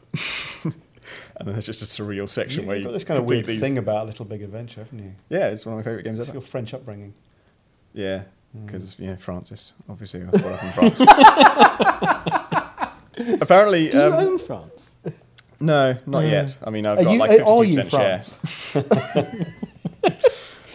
S4: And then there's just a surreal section
S1: You,
S4: where
S1: have
S4: you
S1: got this kind of
S4: complete
S1: weird
S4: these-
S1: thing about Little Big Adventure, haven't you?
S4: Yeah, it's one of my favourite games
S1: It's
S4: ever.
S1: your French upbringing.
S4: Yeah,
S1: Mm.
S4: because yeah, Francis. Obviously, I was brought up in France. Apparently,
S3: Do you
S4: um,
S3: own France?
S4: no, not
S2: No.
S4: yet. I mean, I've
S2: are
S4: got
S2: you,
S4: like
S2: are
S4: fifty
S2: you
S4: percent share.
S2: France?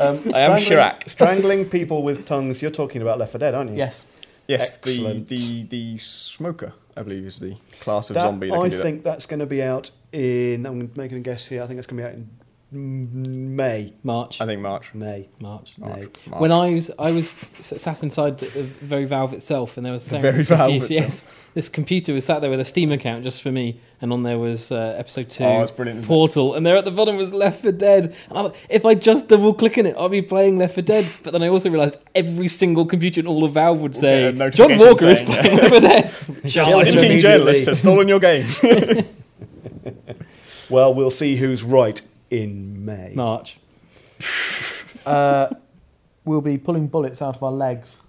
S1: Um,
S4: I am
S1: strangling-
S4: Chirac.
S1: strangling people with tongues. You're talking about Left 4 Dead, aren't you?
S2: Yes.
S4: Yes, the,
S1: Excellent.
S4: the the smoker, I believe, is the class of
S1: That-
S4: zombie that
S1: I
S4: can do that.
S1: think that's going to be out in. I'm making a guess here. I think that's going to be out in mm, May.
S3: March.
S4: I think March.
S1: May.
S3: March.
S4: March. Oh,
S1: May.
S4: March.
S3: When I was I was s- sat inside the, the very Valve itself, and there was
S4: The very
S3: this computer-
S4: Valve itself.
S3: Yes, this computer was sat there with a Steam account just for me, and on there was uh, episode two.
S4: Oh, it's brilliant, isn't it?
S3: Portal, and there at the bottom was Left for Dead. And I, if I just double click on it, I'll be playing Left for Dead. But then I also realised every single computer in all of Valve would
S4: We'll
S3: say
S4: get a
S3: John Walker
S4: notification
S3: is
S4: saying,
S3: playing Left for Dead.
S1: Kill
S3: Charge
S1: him.
S3: him.
S4: Stinking journalist
S1: immediately.
S4: has stolen your game.
S1: Well, we'll see who's right in May.
S3: March.
S2: Uh, we'll be pulling bullets out of our legs.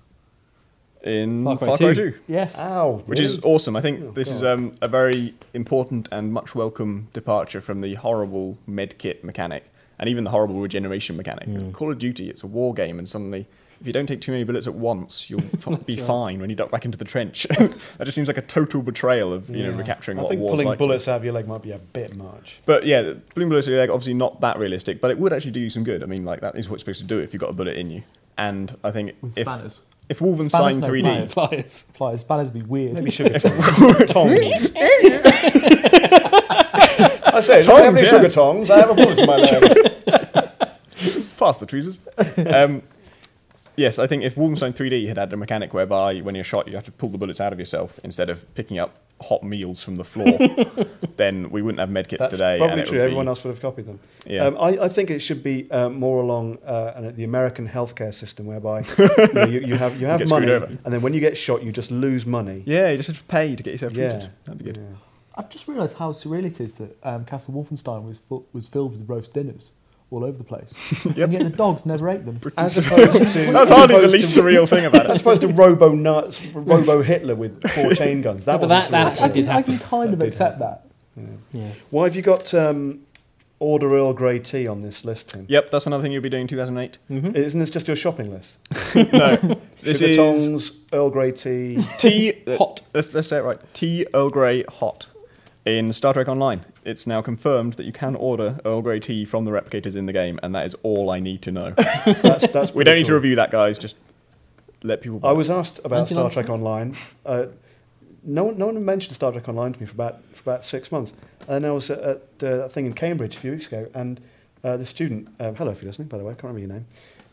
S4: in
S3: Far
S4: Far
S3: Cry
S4: Cry,
S3: 2.
S4: 2,
S2: Yes.
S4: Ah.
S1: Ow.
S4: which
S1: really?
S4: is awesome. I think
S1: Oh,
S4: this is
S1: God.
S4: um, a very important and much welcome departure from the horrible medkit mechanic and even the horrible regeneration mechanic. Call of Duty, it's a war game, and suddenly. If you don't take too many bullets at once, you'll f- be
S3: right.
S4: fine when you duck back into the trench. that just seems like a total betrayal of you know
S1: Yeah.
S4: recapturing
S1: I
S4: what
S1: think
S4: war's
S1: pulling
S4: like to be.
S1: bullets out of your leg might be a bit much.
S4: But yeah, the balloon bullets are your leg, obviously not that realistic, but it would actually do you some good. I mean, like that is what it's supposed to do if you've got a bullet in you. And I think
S2: With
S4: if,
S2: spanners.
S4: if Wolfenstein
S2: Spanners, no,
S4: 3D,
S2: pliers.
S3: Pliers.
S2: Pliers. Spanners would be weird.
S1: Maybe sugar tongs. tongs. I say, don't have any
S4: Tongs, yeah.
S1: sugar tongs. I have a bullet in my leg.
S4: pass the tweezers. um, yes, I think if Wolfenstein 3D had had a mechanic whereby when you're shot you have to pull the bullets out of yourself instead of picking up hot meals from the floor, then we wouldn't have medkits
S1: That's
S4: today.
S1: probably
S4: it
S1: true.
S4: would
S1: Everyone
S4: be-
S1: else would have copied them.
S4: Yeah.
S1: Um, I, I think it should be uh, more along uh, and the American healthcare system, whereby you, know, you, you have you have
S4: get screwed
S1: money,
S4: over.
S1: and then when you get shot, you just lose money.
S4: Yeah, you just have to pay to get yourself treated.
S1: Yeah.
S4: That'd be good.
S1: Yeah.
S2: I've just realised how surreal it is that um, Castle Wolfenstein was fu- was filled with roast dinners all over the place, and yet the dogs never ate them.
S1: As opposed to
S4: That's
S1: as
S4: hardly the
S1: opposed
S4: least
S1: to,
S4: surreal thing about it.
S1: As opposed to Robo Nuts, Robo Hitler with four chain guns. That
S3: Yeah, but
S1: wasn't
S3: that-
S1: surreal.
S3: that
S2: I
S3: did
S2: can, I can
S3: happen.
S2: kind
S1: That
S2: of
S1: did
S2: accept that.
S3: Yeah.
S1: Why have you got um, Order Earl Grey tea on this list, Tim?
S4: Yep, that's another thing you'll be doing in 2008.
S3: Mm-hmm.
S1: Isn't this just your shopping list?
S4: no, this
S1: Sugar
S4: is
S1: tongs, Earl Grey tea.
S4: tea
S3: Hot.
S4: Let's, let's say it right. Tea Earl Grey hot in Star Trek Online. It's now confirmed that you can order Earl Grey tea from the replicators in the game, and that is all I need to know.
S1: That's, that's
S4: we don't need
S1: pretty
S4: to review that, guys. Just let people.
S1: cool. I was asked about
S2: Don't you
S1: Star
S2: like
S1: Trek Online. Uh, no, one, no one mentioned Star Trek Online to me for about for about six months. And I was at, at uh, that thing in Cambridge a few weeks ago, and uh, the student, um, hello if you're listening, by the way, I can't remember your name.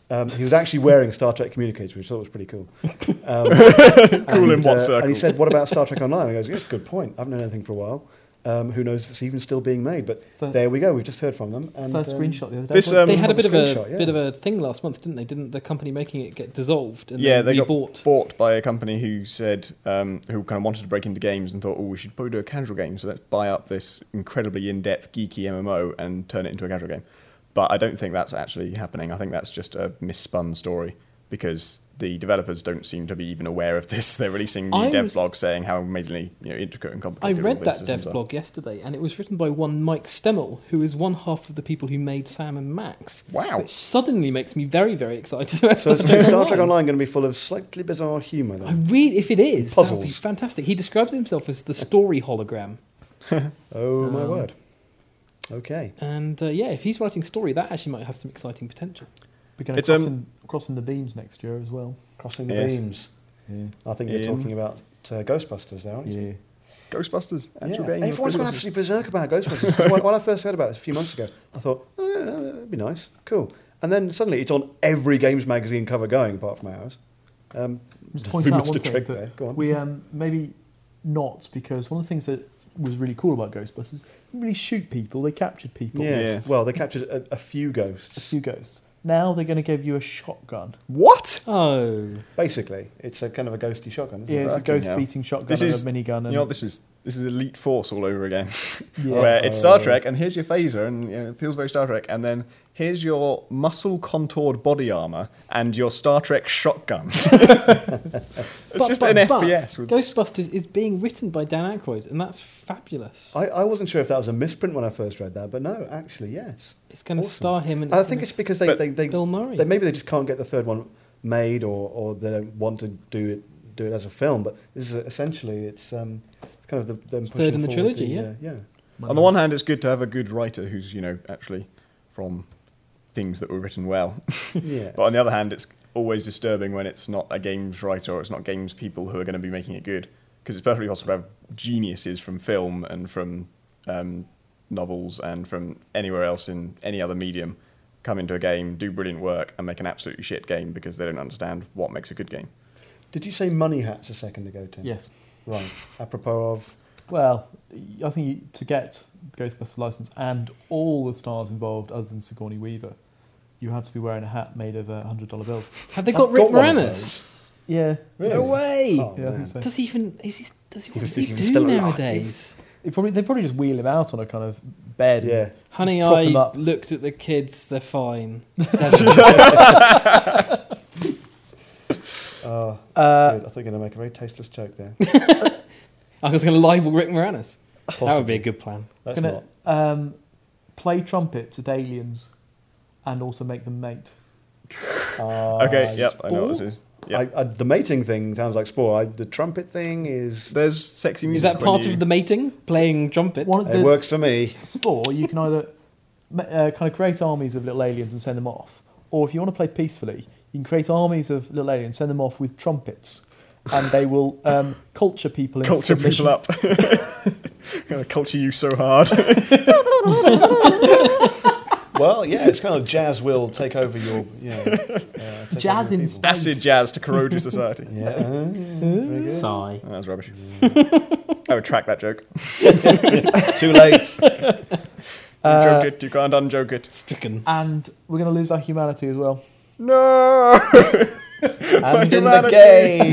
S1: Um, he was actually wearing Star Trek Communicator, which I thought was pretty cool. Um,
S4: Cool in
S1: And he
S4: what circles?
S1: said, "What about Star Trek Online?" I goes, "Yeah, good point. I haven't known anything for a while. Um, who knows if it's even still being made?" But
S2: Fir-
S1: there we go. We've just heard from them. And,
S2: First
S1: um,
S2: screenshot the other day.
S4: this,
S2: wasn't
S4: um,
S3: they
S1: Someone
S3: had a bit
S1: got
S3: of
S1: a
S3: a
S1: screenshot, yeah.
S3: bit of a thing last month, didn't they? Didn't the company making it get dissolved and
S4: yeah,
S3: then
S4: they got
S3: rebought?
S4: bought by a company who said, um, who kind of wanted to break into games and thought, oh, we should probably do a casual game, so let's buy up this incredibly in-depth, geeky MMO and turn it into a casual game. But I don't think that's actually happening. I think that's just a misspun story because the developers don't seem to be even aware of this. They're releasing new
S3: I
S4: dev
S3: was-
S4: blogs saying how amazingly you know, intricate
S3: I
S4: and complicated. all
S3: read
S4: these
S3: that dev
S4: systems are.
S3: blog yesterday, and it was written by one Mike Stemmel, who is one half of the people who made Sam and Max.
S4: Wow.
S3: Which suddenly makes me very, very excited about
S1: So
S3: Star,
S1: is
S3: Trek
S1: Star
S3: Online.
S1: Trek Online going to be full of slightly bizarre humour?
S3: I
S1: Then?
S3: really, if it is, that would be
S1: Puzzles.
S3: fantastic. He describes himself as the story hologram,
S1: Oh my
S3: Um,
S1: word. Okay.
S3: and uh, yeah, if he's writing story, that actually might have some exciting potential.
S2: We're going to
S4: It's, um,
S2: cross, in, cross in the beams next year as well.
S1: Crossing the
S4: Yes.
S1: beams. I think you're
S4: In-
S1: talking about uh, Ghostbusters there, aren't you?
S4: Ghostbusters, actual
S1: Yeah.
S4: game. of
S1: Everyone's gone
S4: Ghostbusters.
S1: absolutely berserk about Ghostbusters. when, when I first heard about this a few months ago, I thought, oh, yeah, that'd be nice, cool. And then suddenly it's on every games magazine cover going, apart from ours. Um,
S2: Just point
S1: for
S2: out
S1: Mr.
S2: one thing
S1: Trigg
S2: that
S1: there. Go on.
S2: we um, maybe not because one of the things that was really cool about Ghostbusters, they really shoot people. They captured people.
S1: yeah.
S4: Yeah.
S1: Well, they captured a, a few
S2: A
S1: ghosts.
S2: few ghosts. Now they're going to give you a shotgun.
S4: What?
S3: Oh,
S1: Basically, it's a kind of a ghosty shotgun, isn't
S2: Yeah, it's a
S1: it?
S4: Fucking
S2: ghost
S4: hell.
S2: beating shotgun
S4: This
S2: and
S4: is-
S2: a minigun. And,
S4: You know what this is? This is Elite Force all over again.
S2: Yeah.
S4: Where it's Star
S1: Oh.
S4: Trek, and here's your phaser, and you know, it feels very Star Trek, and then here's your muscle contoured body armor and your Star Trek shotgun. it's just an FPS with
S3: Ghostbusters is being written by Dan Aykroyd, and that's fabulous.
S1: I, I wasn't sure if that was a misprint when I first read that, but no, actually, yes.
S3: it's going to
S1: awesome.
S3: star him, and
S1: I
S3: gonna
S1: think it's because they,
S4: But-
S1: they, they,
S3: Bill Murray.
S1: they maybe they just can't get the third one made, or, or they don't want to do it do it as a film. But this is essentially it's um, it's kind of the them
S3: Third
S1: pushing
S3: in the
S1: forward
S3: trilogy, yeah.
S1: uh, yeah.
S4: On the one hand, it's good to have a good writer who's, you know, actually from things that were written well.
S1: yeah.
S4: But on the other hand, it's always disturbing when it's not a games writer or it's not games people who are going to be making it good. Because it's perfectly possible to have geniuses from film and from um, novels and from anywhere else in any other medium come into a game, do brilliant work, and make an absolutely shit game because they don't understand what makes a good game.
S1: Did you say money hats a second ago, Tim?
S2: Yes.
S1: Right. Apropos of
S2: Well, I think you, to get the Ghostbusters license and all the stars involved, other than Sigourney Weaver, you have to be wearing a hat made of uh, hundred dollar bills.
S3: Have they
S1: I've
S3: got Rick
S1: got one of
S3: Moranis?
S2: Yeah.
S3: No way.
S1: Oh,
S2: yeah, I
S1: man.
S2: think so.
S3: Does he even? Is he? Does he? What
S1: was
S3: does he
S1: thinking
S3: do
S1: still alive.
S3: nowadays?
S2: They probably they probably just wheel him out on a kind of bed. and-
S1: Yeah.
S3: Honey,
S2: Prop
S3: I
S2: him up.
S3: looked at the kids. They're fine. Seven.
S1: Oh,
S2: Uh,
S1: good. I thought you were going to make a very tasteless joke there.
S3: I was going to libel Rick Moranis. That would be
S1: Possibly.
S3: a good plan.
S1: That's
S2: gonna
S1: not.
S2: um, play trumpets at aliens, and also make them mate.
S3: Uh,
S1: Ah,
S4: Okay,
S1: I-
S4: yep, I know what this is. Yeah.
S1: I, I, the mating thing sounds like spore. I, the trumpet thing is.
S4: There's sexy
S3: Is that
S4: music.
S3: part
S4: when
S3: of the mating? Playing trumpet?
S2: One of
S1: It
S2: the
S1: works for me.
S2: spore you can either ma- uh, kind of create armies of little aliens and send them off, or if you want to play peacefully, you can create armies of little aliens, send them off with trumpets, and they will um, culture people.
S4: you
S2: In
S4: culture
S2: submission.
S4: people up. Gonna culture you so hard.
S1: Well, yeah, it's kind of jazz will take over your. You know, uh, take
S2: Jazz
S1: over your
S2: in
S1: people.
S4: Acid jazz to corrode your society.
S1: Yeah. Ah, very good.
S3: Sigh.
S4: That was rubbish. I would track that joke.
S1: Too late.
S4: You
S2: Uh,
S4: joked it, you can't unjoke it.
S3: Stricken.
S2: And we're going to lose our humanity as well.
S4: No!
S1: and in the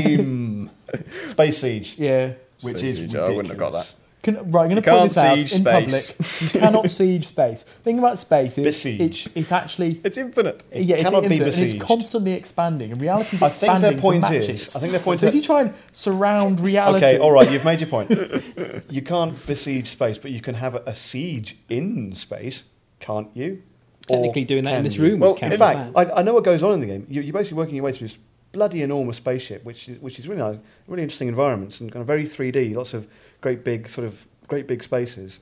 S4: humanity.
S1: game, Space Siege,
S2: Yeah.
S1: which
S4: Space
S1: is
S4: Siege,
S1: ridiculous.
S4: I wouldn't have got that.
S2: Can, right, I'm going
S4: You
S2: to point
S4: can't
S2: this out in
S4: siege
S2: public. You cannot siege space. Thing about space is
S1: Besiege.
S2: it's, it's actually
S4: It's infinite.
S1: It
S2: yeah, it's,
S1: cannot be
S2: infinite, and it's
S1: besieged.
S2: constantly expanding, and reality's
S1: I think
S2: expanding
S1: their point
S2: to match
S1: is.
S2: it.
S1: I think their point
S2: so
S1: is.
S2: if you try and surround reality,
S1: okay, all right, you've made your point. you can't besiege space, but you can have a, a siege in space, can't you? Or
S3: Technically, doing that in
S1: can
S3: this
S1: you?
S3: room
S4: Well,
S3: would count
S4: in
S1: In
S3: as
S1: fact,
S3: that.
S1: I, I know what goes on in the game. You, you're basically working your way through this bloody enormous spaceship, which is, which is really nice, really interesting environments and kind of very 3D, lots of great big sort of great big spaces.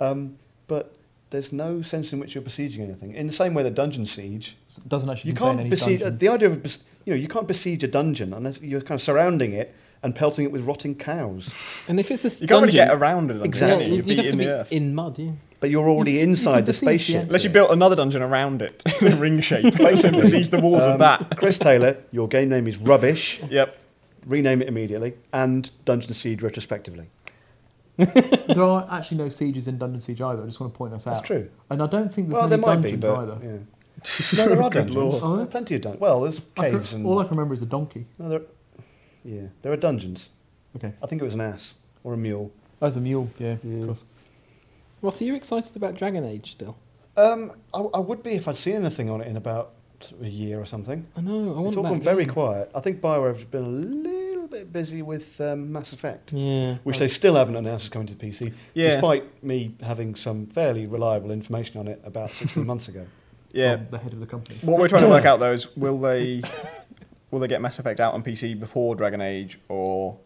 S1: Um, but there's no sense in which you're besieging anything. In the same way that Dungeon Siege,
S2: it doesn't actually
S1: you
S2: contain
S1: can't
S2: any
S1: besiege
S2: dungeon.
S1: the idea of bes- you know you can't besiege a dungeon unless you're kind of surrounding it and pelting it with rotting cows.
S3: and if it's a
S4: You
S3: dungeon,
S4: can't really get around it.
S1: Exactly.
S4: Exactly.
S3: you'd
S4: You'd, be
S3: have
S4: in
S3: to
S4: the earth.
S3: be in mud. Yeah.
S1: But you're already
S2: You can- you
S1: inside
S2: can
S1: the
S2: besiege the
S1: spaceship.
S4: Unless you built another dungeon around it, in a ring shape.
S1: Basically.
S4: Besiege the walls
S1: Um,
S4: of that.
S1: Chris Taylor, your game name is rubbish.
S4: Yep.
S1: Rename it immediately and Dungeon Siege retrospectively.
S2: there are actually no sieges in Dungeon Siege either. I just want to point this out.
S1: That's true.
S2: And I don't think there's
S1: Well, there
S2: many
S1: might be,
S2: dungeons
S1: but
S2: either.
S1: yeah. no, there are
S4: Good
S1: dungeons.
S4: lord.
S1: There are plenty of dungeons. Well, there's
S2: I
S1: caves
S2: can-
S1: and
S2: all I can remember is a donkey.
S1: no, there, yeah, there are dungeons.
S2: Okay,
S1: I think it was an ass or a mule.
S2: that's a mule. Yeah,
S1: Yeah.
S2: of course.
S3: Ross, are you excited about Dragon Age still?
S1: Um, I, I would be if I'd seen anything on it in about a year or something.
S3: I know. I want
S1: It's all
S3: that
S1: gone very
S3: game.
S1: quiet. I think BioWare's been a little bit busy with um, Mass Effect,
S3: Yeah.
S1: which they still haven't announced is coming to the PC,
S4: Yeah.
S1: despite me having some fairly reliable information on it about 16 months ago.
S4: Yeah.
S1: um,
S2: I'm the head of the company.
S4: What we're trying to work out though is will they will they get Mass Effect out on PC before Dragon Age or?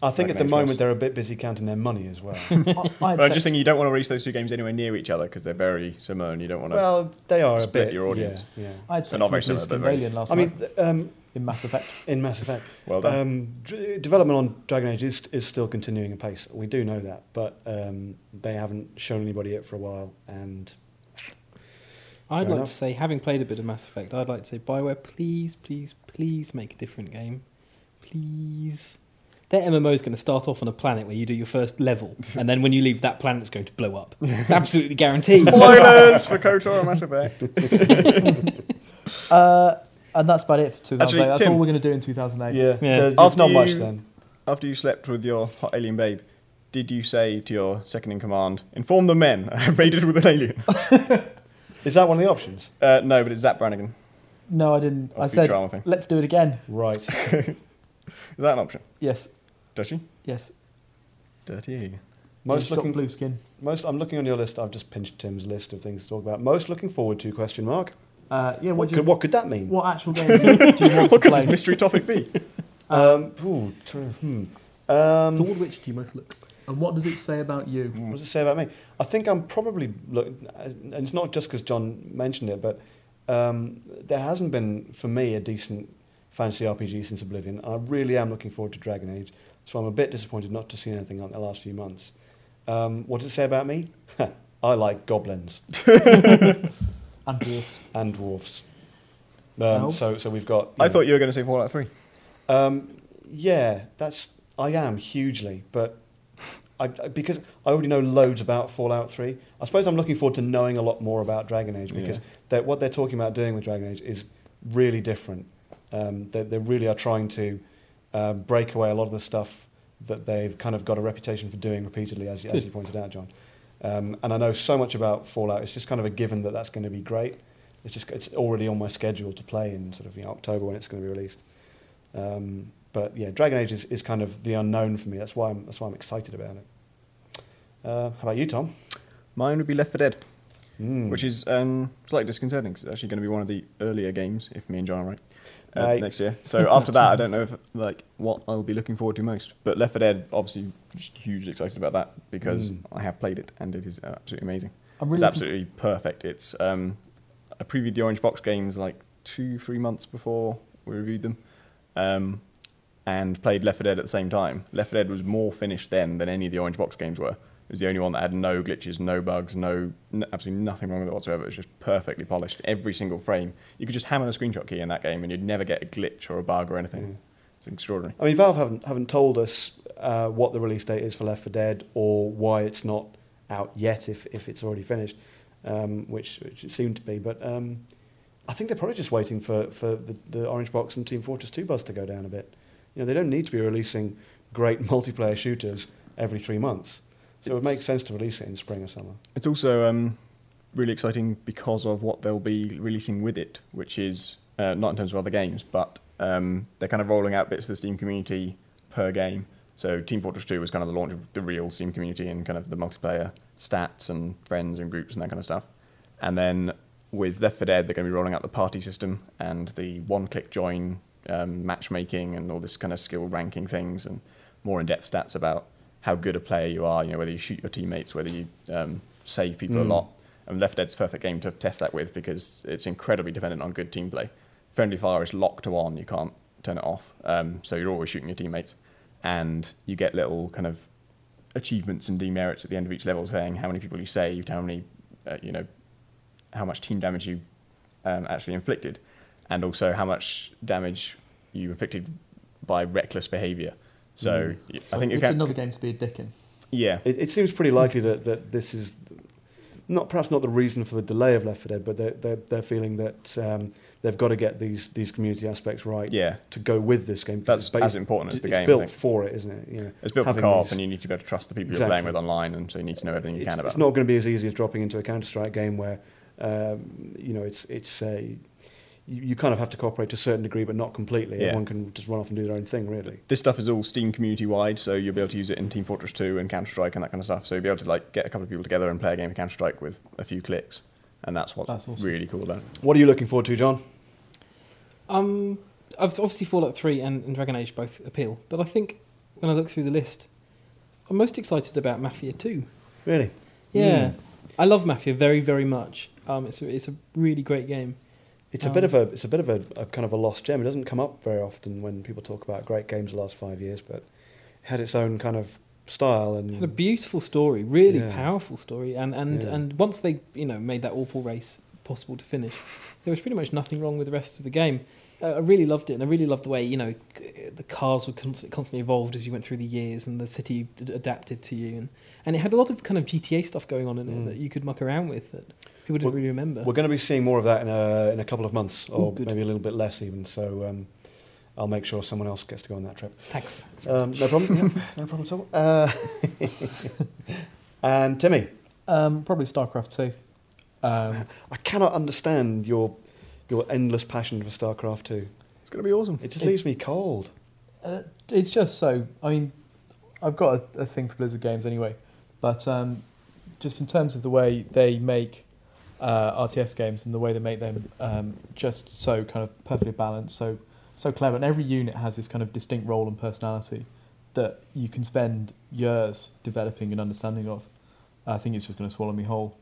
S1: I think
S4: Like
S1: at the
S4: most
S1: moment
S4: ones.
S1: they're a bit busy counting their money as well.
S2: I, I'd
S4: But I'm
S2: say-
S4: just thinking you don't want to release those two games anywhere near each other because they're very similar and you don't want to.
S1: well, they are a
S4: Split
S1: bit.
S4: your audience.
S1: Yeah, yeah.
S2: I'd say
S4: They're not
S2: Blue
S4: very similar, but
S2: Skin
S4: very-
S2: Alien last
S1: I mean,
S2: night
S1: th- um,
S2: in Mass Effect.
S1: in Mass Effect,
S4: well done.
S1: um, d- development on Dragon Age is, is still continuing apace. We do know that, but um, they haven't shown anybody it for a while, and
S3: I'd
S1: Fair
S3: like
S1: enough.
S3: to say, having played a bit of Mass Effect, I'd like to say, Bioware, please, please, please make a different game. Please. Their MMO is going to start off on a planet where you do your first level, and then when you leave, that planet's going to blow up. It's absolutely guaranteed.
S4: Spoilers for KOTOR and Mass Effect.
S2: Uh, and that's about it for 2008.
S4: Actually,
S2: that's
S4: Tim-
S2: all we're going to do in 2008.
S1: Yeah,
S3: Yeah.
S1: there's
S4: After
S1: not much
S4: you-
S1: then.
S4: After you slept with your hot alien babe, did you say to your second in command, inform the men I raided with an alien?
S1: Is that one of the options?
S4: Uh, no, but it's Zap Brannigan.
S2: No, I didn't.
S4: Of
S2: I
S4: the
S2: said,
S4: drama thing.
S2: let's do it again.
S1: Right.
S4: Is that an option?
S2: Yes,
S4: Does she?
S2: yes.
S4: Dirty.
S1: Most
S2: She's got
S1: looking,
S2: blue skin.
S1: most. I'm looking on your list. I've just pinched Tim's list of things to talk about. Most looking forward to? Question mark.
S2: Uh, yeah,
S1: What,
S2: what, do
S1: could,
S2: you, what,
S1: what could that mean?
S2: actual game do you want to
S4: What could this
S2: play?
S4: mystery topic be?
S1: Um, ooh, tr- hmm. um,
S2: Toward which do you most look? And what does it say about you?
S1: What does it say about me? I think I'm probably look, and it's not just because John mentioned it, but um, there hasn't been for me a decent fantasy RPG since Oblivion. I really am looking forward to Dragon Age, so I'm a bit disappointed not to see anything on the last few months. Um, what does it say about me? I like goblins
S2: And dwarfs.
S1: and dwarfs. Um,
S2: Elves?
S1: so, so we've got.
S4: I thought you were going to say Fallout 3.
S1: Um, yeah, that's I am hugely, but I, I- because I already know loads about Fallout Three. I suppose I'm looking forward to knowing a lot more about Dragon Age because
S4: Yeah.
S1: that what they're talking about doing with Dragon Age is really different. Um, they, they really are trying to um, break away a lot of the stuff that they've kind of got a reputation for doing repeatedly, as, you- as you pointed out, John. Um, and I know so much about Fallout. It's just kind of a given that that's going to be great. It's just it's already on my schedule to play in sort of you know, October when it's going to be released. Um, but yeah, Dragon Age is, is kind of the unknown for me. That's why I'm that's why I'm excited about it. Uh, how about you, Tom?
S4: Mine would be Left 4 Dead,
S2: Hmm.
S1: Mm.
S4: which is um, slightly disconcerting 'cause it's actually going to be one of the earlier games, if me and John are right, uh,
S1: Mate.
S4: next year. So after that, I don't know if like what I'll be looking forward to most. But Left 4 Dead, obviously, just hugely excited about that
S2: Hmm.
S4: because
S1: Mm.
S4: I have played it and it is uh, absolutely amazing.
S2: I'm really
S4: it's
S2: looking-
S4: absolutely perfect. It's um, I previewed the Orange Box games like two, three months before we reviewed them, um, and played Left 4 Dead at the same time. Left 4 Dead was more finished then than any of the Orange Box games were. It was the only one that had no glitches, no bugs, no, n- absolutely nothing wrong with it whatsoever. It was just perfectly polished. Every single frame, you could just hammer the screenshot key in that game, and you'd never get a glitch or a bug or
S1: Mm.
S4: anything. It's extraordinary.
S1: I mean, Valve haven't haven't told us uh, what the release date is for Left 4 Dead or why it's not out yet if, if it's already finished, um, which, which it seemed to be. But um, I think they're probably just waiting for, for the, the Orange Box and Team Fortress 2 buzz to go down a bit. You know, they don't need to be releasing great multiplayer shooters every three months. So it would make
S4: It's-
S1: sense to release it in spring or summer.
S4: It's also um, really exciting because of what they'll be releasing with it, which is uh, not in terms of other games, but um, they're kind of rolling out bits to the Steam community per game. So Team Fortress 2 was kind of the launch of the real Steam community and kind of the multiplayer stats and friends and groups and that kind of stuff. And then with Left 4 Dead, they're going to be rolling out the party system and the one-click join um, matchmaking and all this kind of skill ranking things and more in-depth stats about how good a player you are. You know, whether you shoot your teammates, whether you um, save people a
S1: Mm.
S4: lot. And Left 4 Dead's a perfect game to test that with because it's incredibly dependent on good team play. Friendly fire is locked to on; you can't turn it off. Um, so you're always shooting your teammates, and you get little kind of achievements and demerits at the end of each level, saying how many people you saved, how many, uh, you know, how much team damage you um, actually inflicted, and also how much damage you inflicted by reckless behaviour. So y- I
S2: So
S4: think you
S2: it's
S4: can.
S2: another game to be a dick in.
S4: yeah,
S1: It, it seems pretty likely that, that this is not perhaps not the reason for the delay of Left 4 Dead, but they're, they're, they're feeling that um, they've got to get these, these community aspects right
S4: yeah.
S1: to go with this game. 'cause
S4: That's as important as
S1: it's
S4: the game. I
S1: built
S4: think.
S1: for it, isn't it? You know,
S4: It's built for
S1: having
S4: co-op,
S1: these-
S4: and you need to be able to trust the people
S1: Exactly.
S4: you're playing with online, and so you need to know everything you
S1: it's,
S4: can about.
S1: it's not going to be as easy as dropping into a Counter Strike game where um, you know it's it's a you, you kind of have to cooperate to a certain degree, but not completely.
S4: Yeah.
S1: Everyone can just run off and do their own thing, really.
S4: This stuff is all Steam community wide, so you'll be able to use it in Team Fortress 2 and Counter Strike and that kind of stuff. So you'll be able to like get a couple of people together and play a game of Counter Strike with a few clicks, and that's what's
S2: That's awesome.
S4: really cool about it.
S1: What are you looking forward to, John?
S3: Um, I've obviously Fallout Three and, and Dragon Age both appeal, but I think when I look through the list, I'm most excited about Mafia Two.
S1: Really?
S3: Yeah, I love Mafia very very much. Um, it's a, it's a really great game.
S1: It's a bit of
S3: Um,
S1: a it's a bit of a, a kind of a lost gem. It doesn't come up very often when people talk about great games the last five years, but it had its own kind of style and
S3: Had a beautiful story, really
S1: Yeah.
S3: powerful story, and and
S1: Yeah.
S3: and once they you know made that awful race possible to finish. There was pretty much nothing wrong with the rest of the game. Uh, I really loved it, and I really loved the way you know c- the cars were constantly, constantly evolved as you went through the years, and the city d- adapted to you, and, and it had a lot of kind of GTA stuff going on in
S1: Mm.
S3: it that you could muck around with that people didn't
S1: Well,
S3: really remember.
S1: Uh, We're going to be seeing more of that in a, in a couple of months, or
S3: Ooh, good.
S1: maybe a little bit less even. So um, I'll make sure someone else gets to go on that trip.
S3: Thanks.
S1: Um, no problem. Yeah, no problem at all. Uh, and Timmy,
S2: Um, probably StarCraft 2. Um,
S1: I cannot understand your your endless passion for StarCraft 2.
S4: It's going to be awesome.
S1: It just
S2: It-
S1: leaves me cold.
S2: Uh, it's just so. I mean, I've got a, a thing for Blizzard games anyway, but um, just in terms of the way they make uh, RTS games and the way they make them um, just so kind of perfectly balanced, so so clever, and every unit has this kind of distinct role and personality that you can spend years developing and understanding of. I think it's just going to swallow me whole.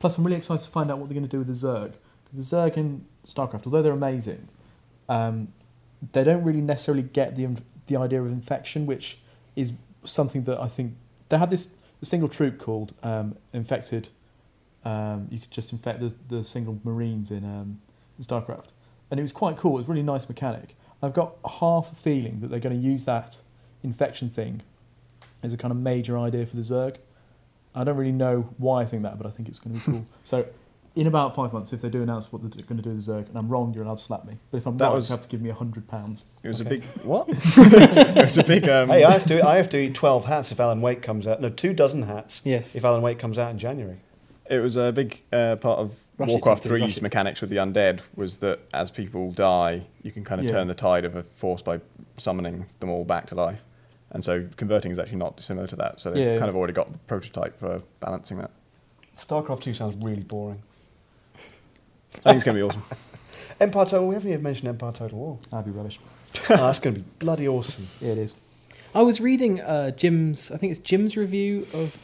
S2: Plus, I'm really excited to find out what they're going to do with the Zerg. 'Cause the Zerg in StarCraft, although they're amazing, um, they don't really necessarily get the the idea of infection, which is something that I think they had this a single troop called um, infected. Um, you could just infect the, the single marines in, um, in StarCraft, and it was quite cool. It was a really nice mechanic. I've got half a feeling that they're going to use that infection thing as a kind of major idea for the Zerg. I don't really know why I think that, but I think it's going to be cool. so, in about five months, if they do announce what they're going to do with the Zerg, and I'm wrong, you're allowed to slap me. But if I'm
S4: That
S2: right,
S4: was-
S2: you have to give me a hundred pounds.
S4: It was
S1: Okay.
S4: a big what? it was a big. Um,
S1: hey, I have to I have to eat 12 hats if Alan Wake comes out. No, two dozen hats
S3: Yes.
S1: if Alan Wake comes out in January.
S4: It was a big uh, part of
S3: Rush it,
S4: Warcraft
S3: Doctor, rush
S4: 3's
S3: it.
S4: mechanics with the undead was that as people die, you can kind of
S2: Yeah.
S4: turn the tide of a force by summoning them all back to life. And so converting is actually not dissimilar to that. So they've
S2: Yeah.
S4: kind of already got the prototype for balancing that.
S1: StarCraft 2 sounds really boring.
S4: I think it's going to be awesome.
S1: Empire Total, we haven't even mentioned Empire Total War.
S2: That'd be rubbish.
S1: Ah, that's going to be bloody awesome.
S2: It is.
S3: I was reading uh, Jim's, I think it's Jim's review of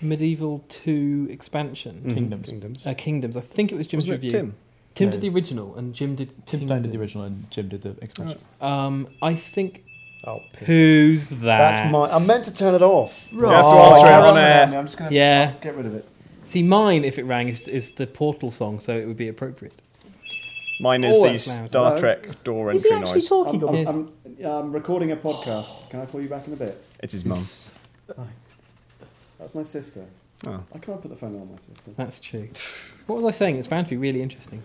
S3: Medieval 2 expansion,
S1: Mhm.
S2: Kingdoms.
S1: Kingdoms.
S3: uh, Kingdoms. I think it was Jim's
S4: Wasn't it
S3: review.
S4: Tim?
S3: Tim
S2: No.
S3: did the original, and Jim did
S2: Tim Stone did the
S3: Kingdoms.
S2: original, and Jim did the expansion.
S3: Um, I think.
S1: Oh, piss.
S3: Who's that?
S1: That's my. I meant to turn it off.
S3: You have to
S4: answer it
S1: Oh,
S4: on air.
S1: I'm just going to
S3: Yeah.
S1: get rid of it.
S3: See, mine, if it rang, is, is the Portal song, so it would be appropriate.
S4: Mine is
S3: Oh,
S4: the
S3: that's loud.
S4: Star
S1: No.
S4: Trek door entry noise.
S1: I'm, I'm,
S3: Yes.
S1: I'm- I'm recording a podcast. Can I call you back in a bit?
S4: it's his mum.
S1: That's my sister.
S4: Oh.
S1: I can't put the phone on my sister.
S3: That's true. What was I saying? It's bound to be really interesting.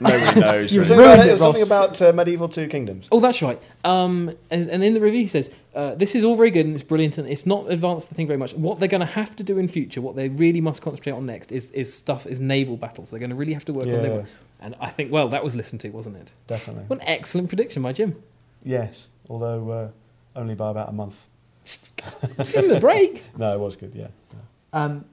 S4: Nobody knows.
S1: You were
S4: really.
S1: saying about,
S2: Ruined
S1: it
S2: it,
S1: was something
S2: Ross.
S1: about uh, medieval two kingdoms.
S3: Oh, that's right. Um, and, and in the review, he says, uh, This is all very good and it's brilliant and it's not advanced the thing very much. What they're going to have to do in future, what they really must concentrate on next, is, is stuff, is naval battles. They're going to really have to work on naval. And I think, well, that was listened to, wasn't it?
S1: definitely.
S3: What an excellent prediction by Jim.
S1: Yes, although uh, only by about a month.
S3: Give him a break.
S1: No, it was good. Yeah.
S2: Um,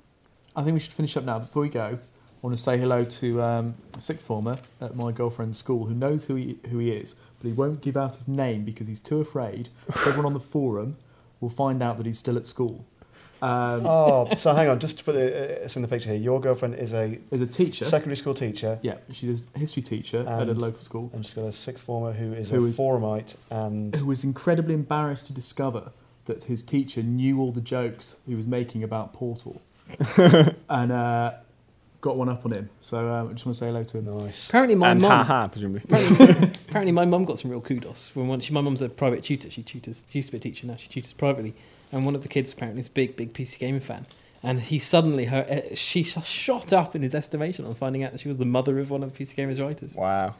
S2: I think we should finish up now. Before we go, I want to say hello to um, a sixth former at my girlfriend's school who knows who he, who he is, but he won't give out his name because he's too afraid. Everyone on the forum will find out that he's still at school. Um,
S1: Oh, so hang on. Just to put the, uh, it's in the picture here. Your girlfriend is a
S2: As a teacher,
S1: secondary school teacher,
S2: yeah, she's a history teacher at a
S1: And-
S2: local school.
S1: and she's got a sixth former who is
S2: Who
S1: a
S2: is-
S1: forumite and
S2: who was incredibly embarrassed to discover that his teacher knew all the jokes he was making about Portal and uh, got one up on him. So um, I just want to say hello to him.
S1: nice.
S3: Apparently, my
S4: and ha
S3: mum.
S4: ha, presumably.
S3: Apparently, apparently my mum got some real kudos when once she, my mum's a private tutor. She tutors. She used to be a teacher. Now she tutors privately. And one of the kids apparently is a big, big PC gaming fan. And he suddenly, her, uh, she sh- shot up in his estimation on finding out that she was the mother of one of PC gamers' writers.
S4: Wow.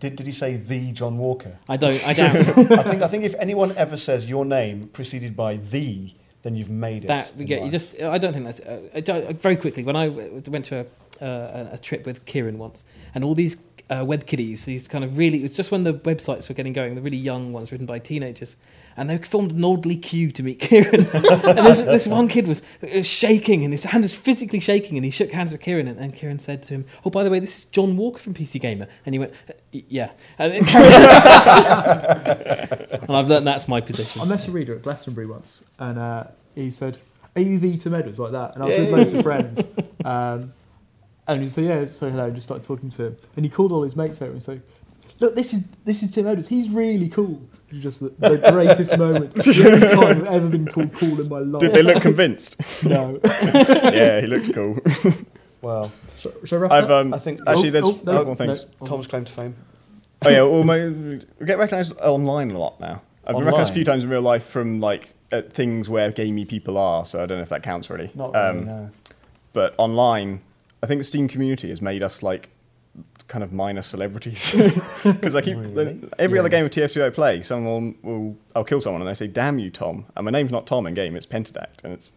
S1: Did, did he say the John Walker?
S3: I don't. I doubt
S1: I think I think if anyone ever says your name preceded by the, then you've made it.
S3: that. We
S1: in
S3: get, you
S1: life.
S3: just. I don't think that's. Uh, I don't- very quickly, when I w- went to a, uh, a trip with Kieran once, and all these uh, web kiddies, these kind of really, it was just when the websites were getting going, the really young ones written by teenagers, and they formed an orderly queue to meet Kieran. and this, this one kid was uh, shaking, and his hand was physically shaking, and he shook hands with Kieran, and, and Kieran said to him, "Oh, by the way, this is John Walker from PC Gamer," and he went, "Uh, y- "Yeah," and, then and I've learned that's my
S2: I
S3: position.
S2: met a reader at Glastonbury once, and uh, he said, "Are you the Tom Edwards like that?" And I was with loads of friends, um, and he said, "Yeah, so hello." And just started talking to him, and he called all his mates over and said, "Look, this is this is Tim Edwards. He's really cool." It was Just the, the greatest moment, the only time I've ever been called cool in my life.
S4: Did they look convinced?
S2: No.
S4: yeah, he looks cool.
S1: Well,
S5: Shall, shall I wrap it up?
S4: I've um,
S1: I think-
S4: actually
S5: Oh,
S4: there's
S5: oh, no,
S4: a couple more things.
S5: no.
S1: Tom's claim to fame.
S4: Oh yeah, well, my, we get recognised online a lot now. I've been
S1: Online?
S4: recognised a few times in real life from like at things where gamey people are. So I don't know if that counts really.
S1: Not
S4: Um,
S1: really, no.
S4: But online, I think the Steam community has made us like kind of minor celebrities because I keep
S1: Really?
S4: every other
S1: Yeah.
S4: game of TF2 I play, someone will, will I'll kill someone and they say, "Damn you, Tom!" And my name's not Tom in game; it's Pentadact, and it's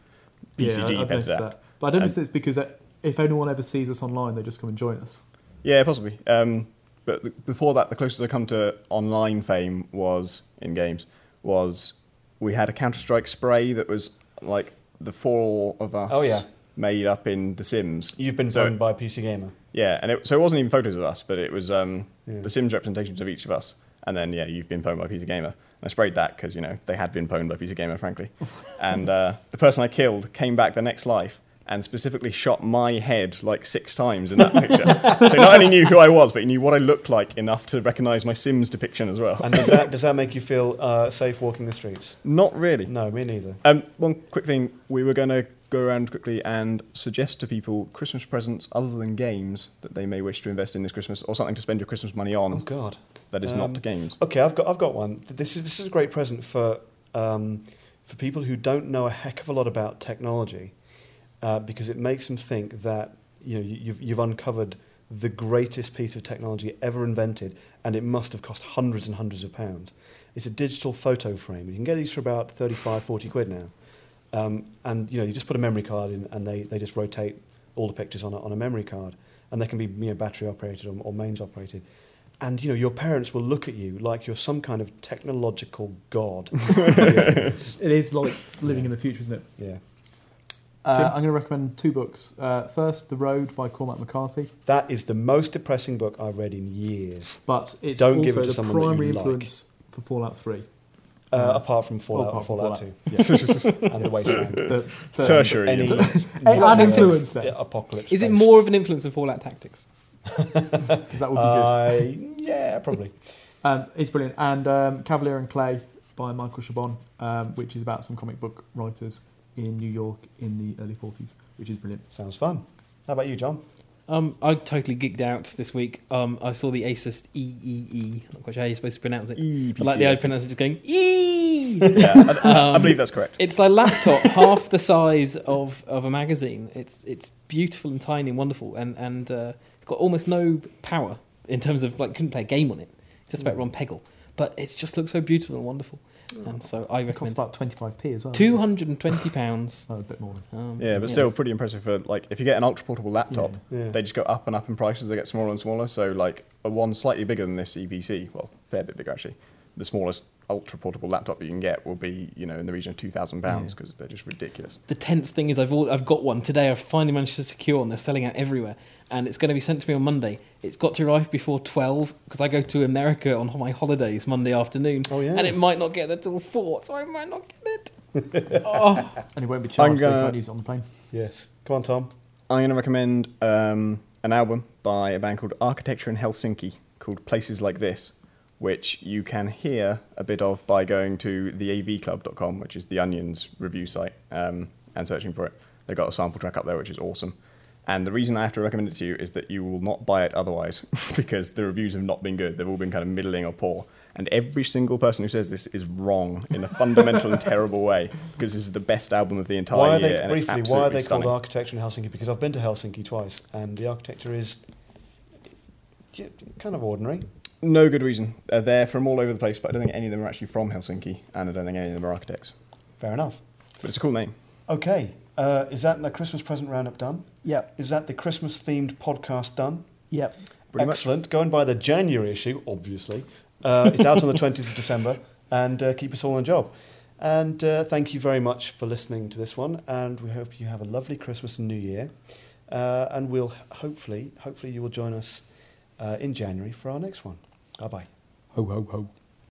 S4: PCG
S5: yeah, I've
S4: Pentadact.
S5: noticed that. But I don't know if it's because that, if anyone ever sees us online, they just come and join us.
S4: Yeah, possibly. Um, but th- before that, the closest I come to online fame was in games was we had a Counter Strike spray that was like the four of us.
S1: Oh, yeah.
S4: made up in The Sims.
S1: You've been
S4: so
S1: zoned by PC Gamer.
S4: yeah, and it, so it wasn't even photos of us, but it was um,
S1: Yeah.
S4: The Sims representations of each of us. And then yeah, you've been pwned by Peter Gamer. And I sprayed that because you know they had been pwned by Peter Gamer, frankly. and uh, the person I killed came back the next life. And specifically shot my head like six times in that picture. so not only knew who I was, but he knew what I looked like enough to recognise my Sims depiction as well.
S1: And does that, does that make you feel uh, safe walking the streets?
S4: Not really.
S1: No, me neither.
S4: Um, one quick thing: we were going to go around quickly and suggest to people Christmas presents other than games that they may wish to invest in this Christmas, or something to spend your Christmas money on
S1: Oh, God.
S4: that is
S1: Um,
S4: not games.
S1: Okay, I've got I've got one. Th- This is this is a great present for um, for people who don't know a heck of a lot about technology, uh, because it makes them think that you know you, you've you've uncovered the greatest piece of technology ever invented, and it must have cost hundreds and hundreds of pounds. It's a digital photo frame. You can get these for about 35, 40 quid now. Um, and you know, you just put a memory card in, and they, they just rotate all the pictures on a, on a memory card, and they can be you know, battery operated or, or mains operated. And you know, your parents will look at you like you're some kind of technological god.
S5: It is like living in the future, isn't it?
S1: yeah,
S5: Uh,
S4: Tim?
S5: I'm going to recommend two books. Uh, first, The Road by Cormac McCarthy,
S1: that is the most depressing book I've read in years,
S5: but it's
S1: Don't
S5: also
S1: give it to
S5: the
S1: someone that you
S5: primary
S1: like.
S5: influence for Fallout 3.
S1: uh,
S5: Uh,
S1: apart from Fallout,
S5: apart from
S1: Fallout,
S5: Fallout.
S1: Two, and the Wasteland.
S5: The third-
S4: Tertiary.
S1: Any
S4: isn't it?
S5: An influence there.
S1: Yeah, apocalypse.
S3: Is it
S1: based.
S3: more of an influence than Fallout Tactics?
S5: 'cause that would be good.
S1: Uh, yeah, probably.
S5: Um, it's brilliant. And um, Cavalier and Clay by Michael Chabon, um, which is about some comic book writers in New York in the early 40s, which is brilliant.
S1: Sounds fun. How about you, John?
S3: Um, I totally geeked out this week. Um, I saw the Asus EEE. Not quite sure how you're supposed to pronounce it.
S4: EPC.
S3: I like
S5: E
S3: the Um. way I pronounce it, just going EEE.
S4: Yeah, I, I believe that's correct.
S3: It's like laptop, half the size of, of a magazine. It's it's beautiful and tiny and wonderful, and and uh, it's got almost no power in terms of like couldn't play a game on it. Just
S5: Hmm.
S3: about run Peggle, but it just looks so beautiful and wonderful. And so I
S5: Oh. It costs
S3: recommend
S5: about 25p as well.
S3: two hundred and twenty pounds.
S5: Oh, a bit more. than-
S3: Um,
S4: Yeah, but
S3: yes.
S4: still pretty impressive for like if you get an ultra portable laptop,
S1: Yeah.
S4: they just go up and up in prices. They get smaller and smaller. So like a one slightly bigger than this EPC, well, fair bit bigger actually. The smallest ultra portable laptop you can get will be you know in the region of two thousand pounds because they're just ridiculous.
S3: The tense thing is, I've all, I've got one today. I've finally managed to secure one. They're selling out everywhere, and it's going to be sent to me on Monday. It's got to arrive before twelve because I go to America on my holidays Monday afternoon.
S1: Oh, yeah.
S3: and it might not get there till four, so I might not get it. oh,
S5: And it won't be charged, so you
S4: gonna-
S5: can't use it on the plane.
S1: Yes. Come on, Tom.
S4: I'm going to recommend um, an album by a band called Architecture in Helsinki called Places Like This, which you can hear a bit of by going to theavclub.com, which is The Onion's review site, um, and searching for it. They've got a sample track up there, which is awesome. And the reason I have to recommend it to you is that you will not buy it otherwise, because the reviews have not been good. They've all been kind of middling or poor. And every single person who says this is wrong in a fundamental and terrible way, because this is the best album of the entire
S1: Why are
S4: year.
S1: they
S4: and it's
S1: briefly? Why are
S4: absolutely
S1: they
S4: stunning.
S1: called architecture in Helsinki? Because I've been to Helsinki twice, and the architecture is yeah, kind of ordinary.
S4: No good reason. Uh, they're from all over the place, but I don't think any of them are actually from Helsinki, and I don't think any of them are architects.
S1: Fair enough.
S4: But it's a cool name.
S1: Okay, uh, is that the Christmas present roundup done?
S5: Yep.
S1: Is that the Christmas themed podcast done?
S5: Yep.
S4: Pretty much.
S1: Excellent. Go and buy the January issue, obviously. Uh, it's out on the 20th of December, and uh, keep us all on the job. And uh, thank you very much for listening to this one, and we hope you have a lovely Christmas and New Year. Uh, and we'll h- hopefully, hopefully, you will join us uh, in January for our next one. Bye bye.
S5: Ho, ho, ho.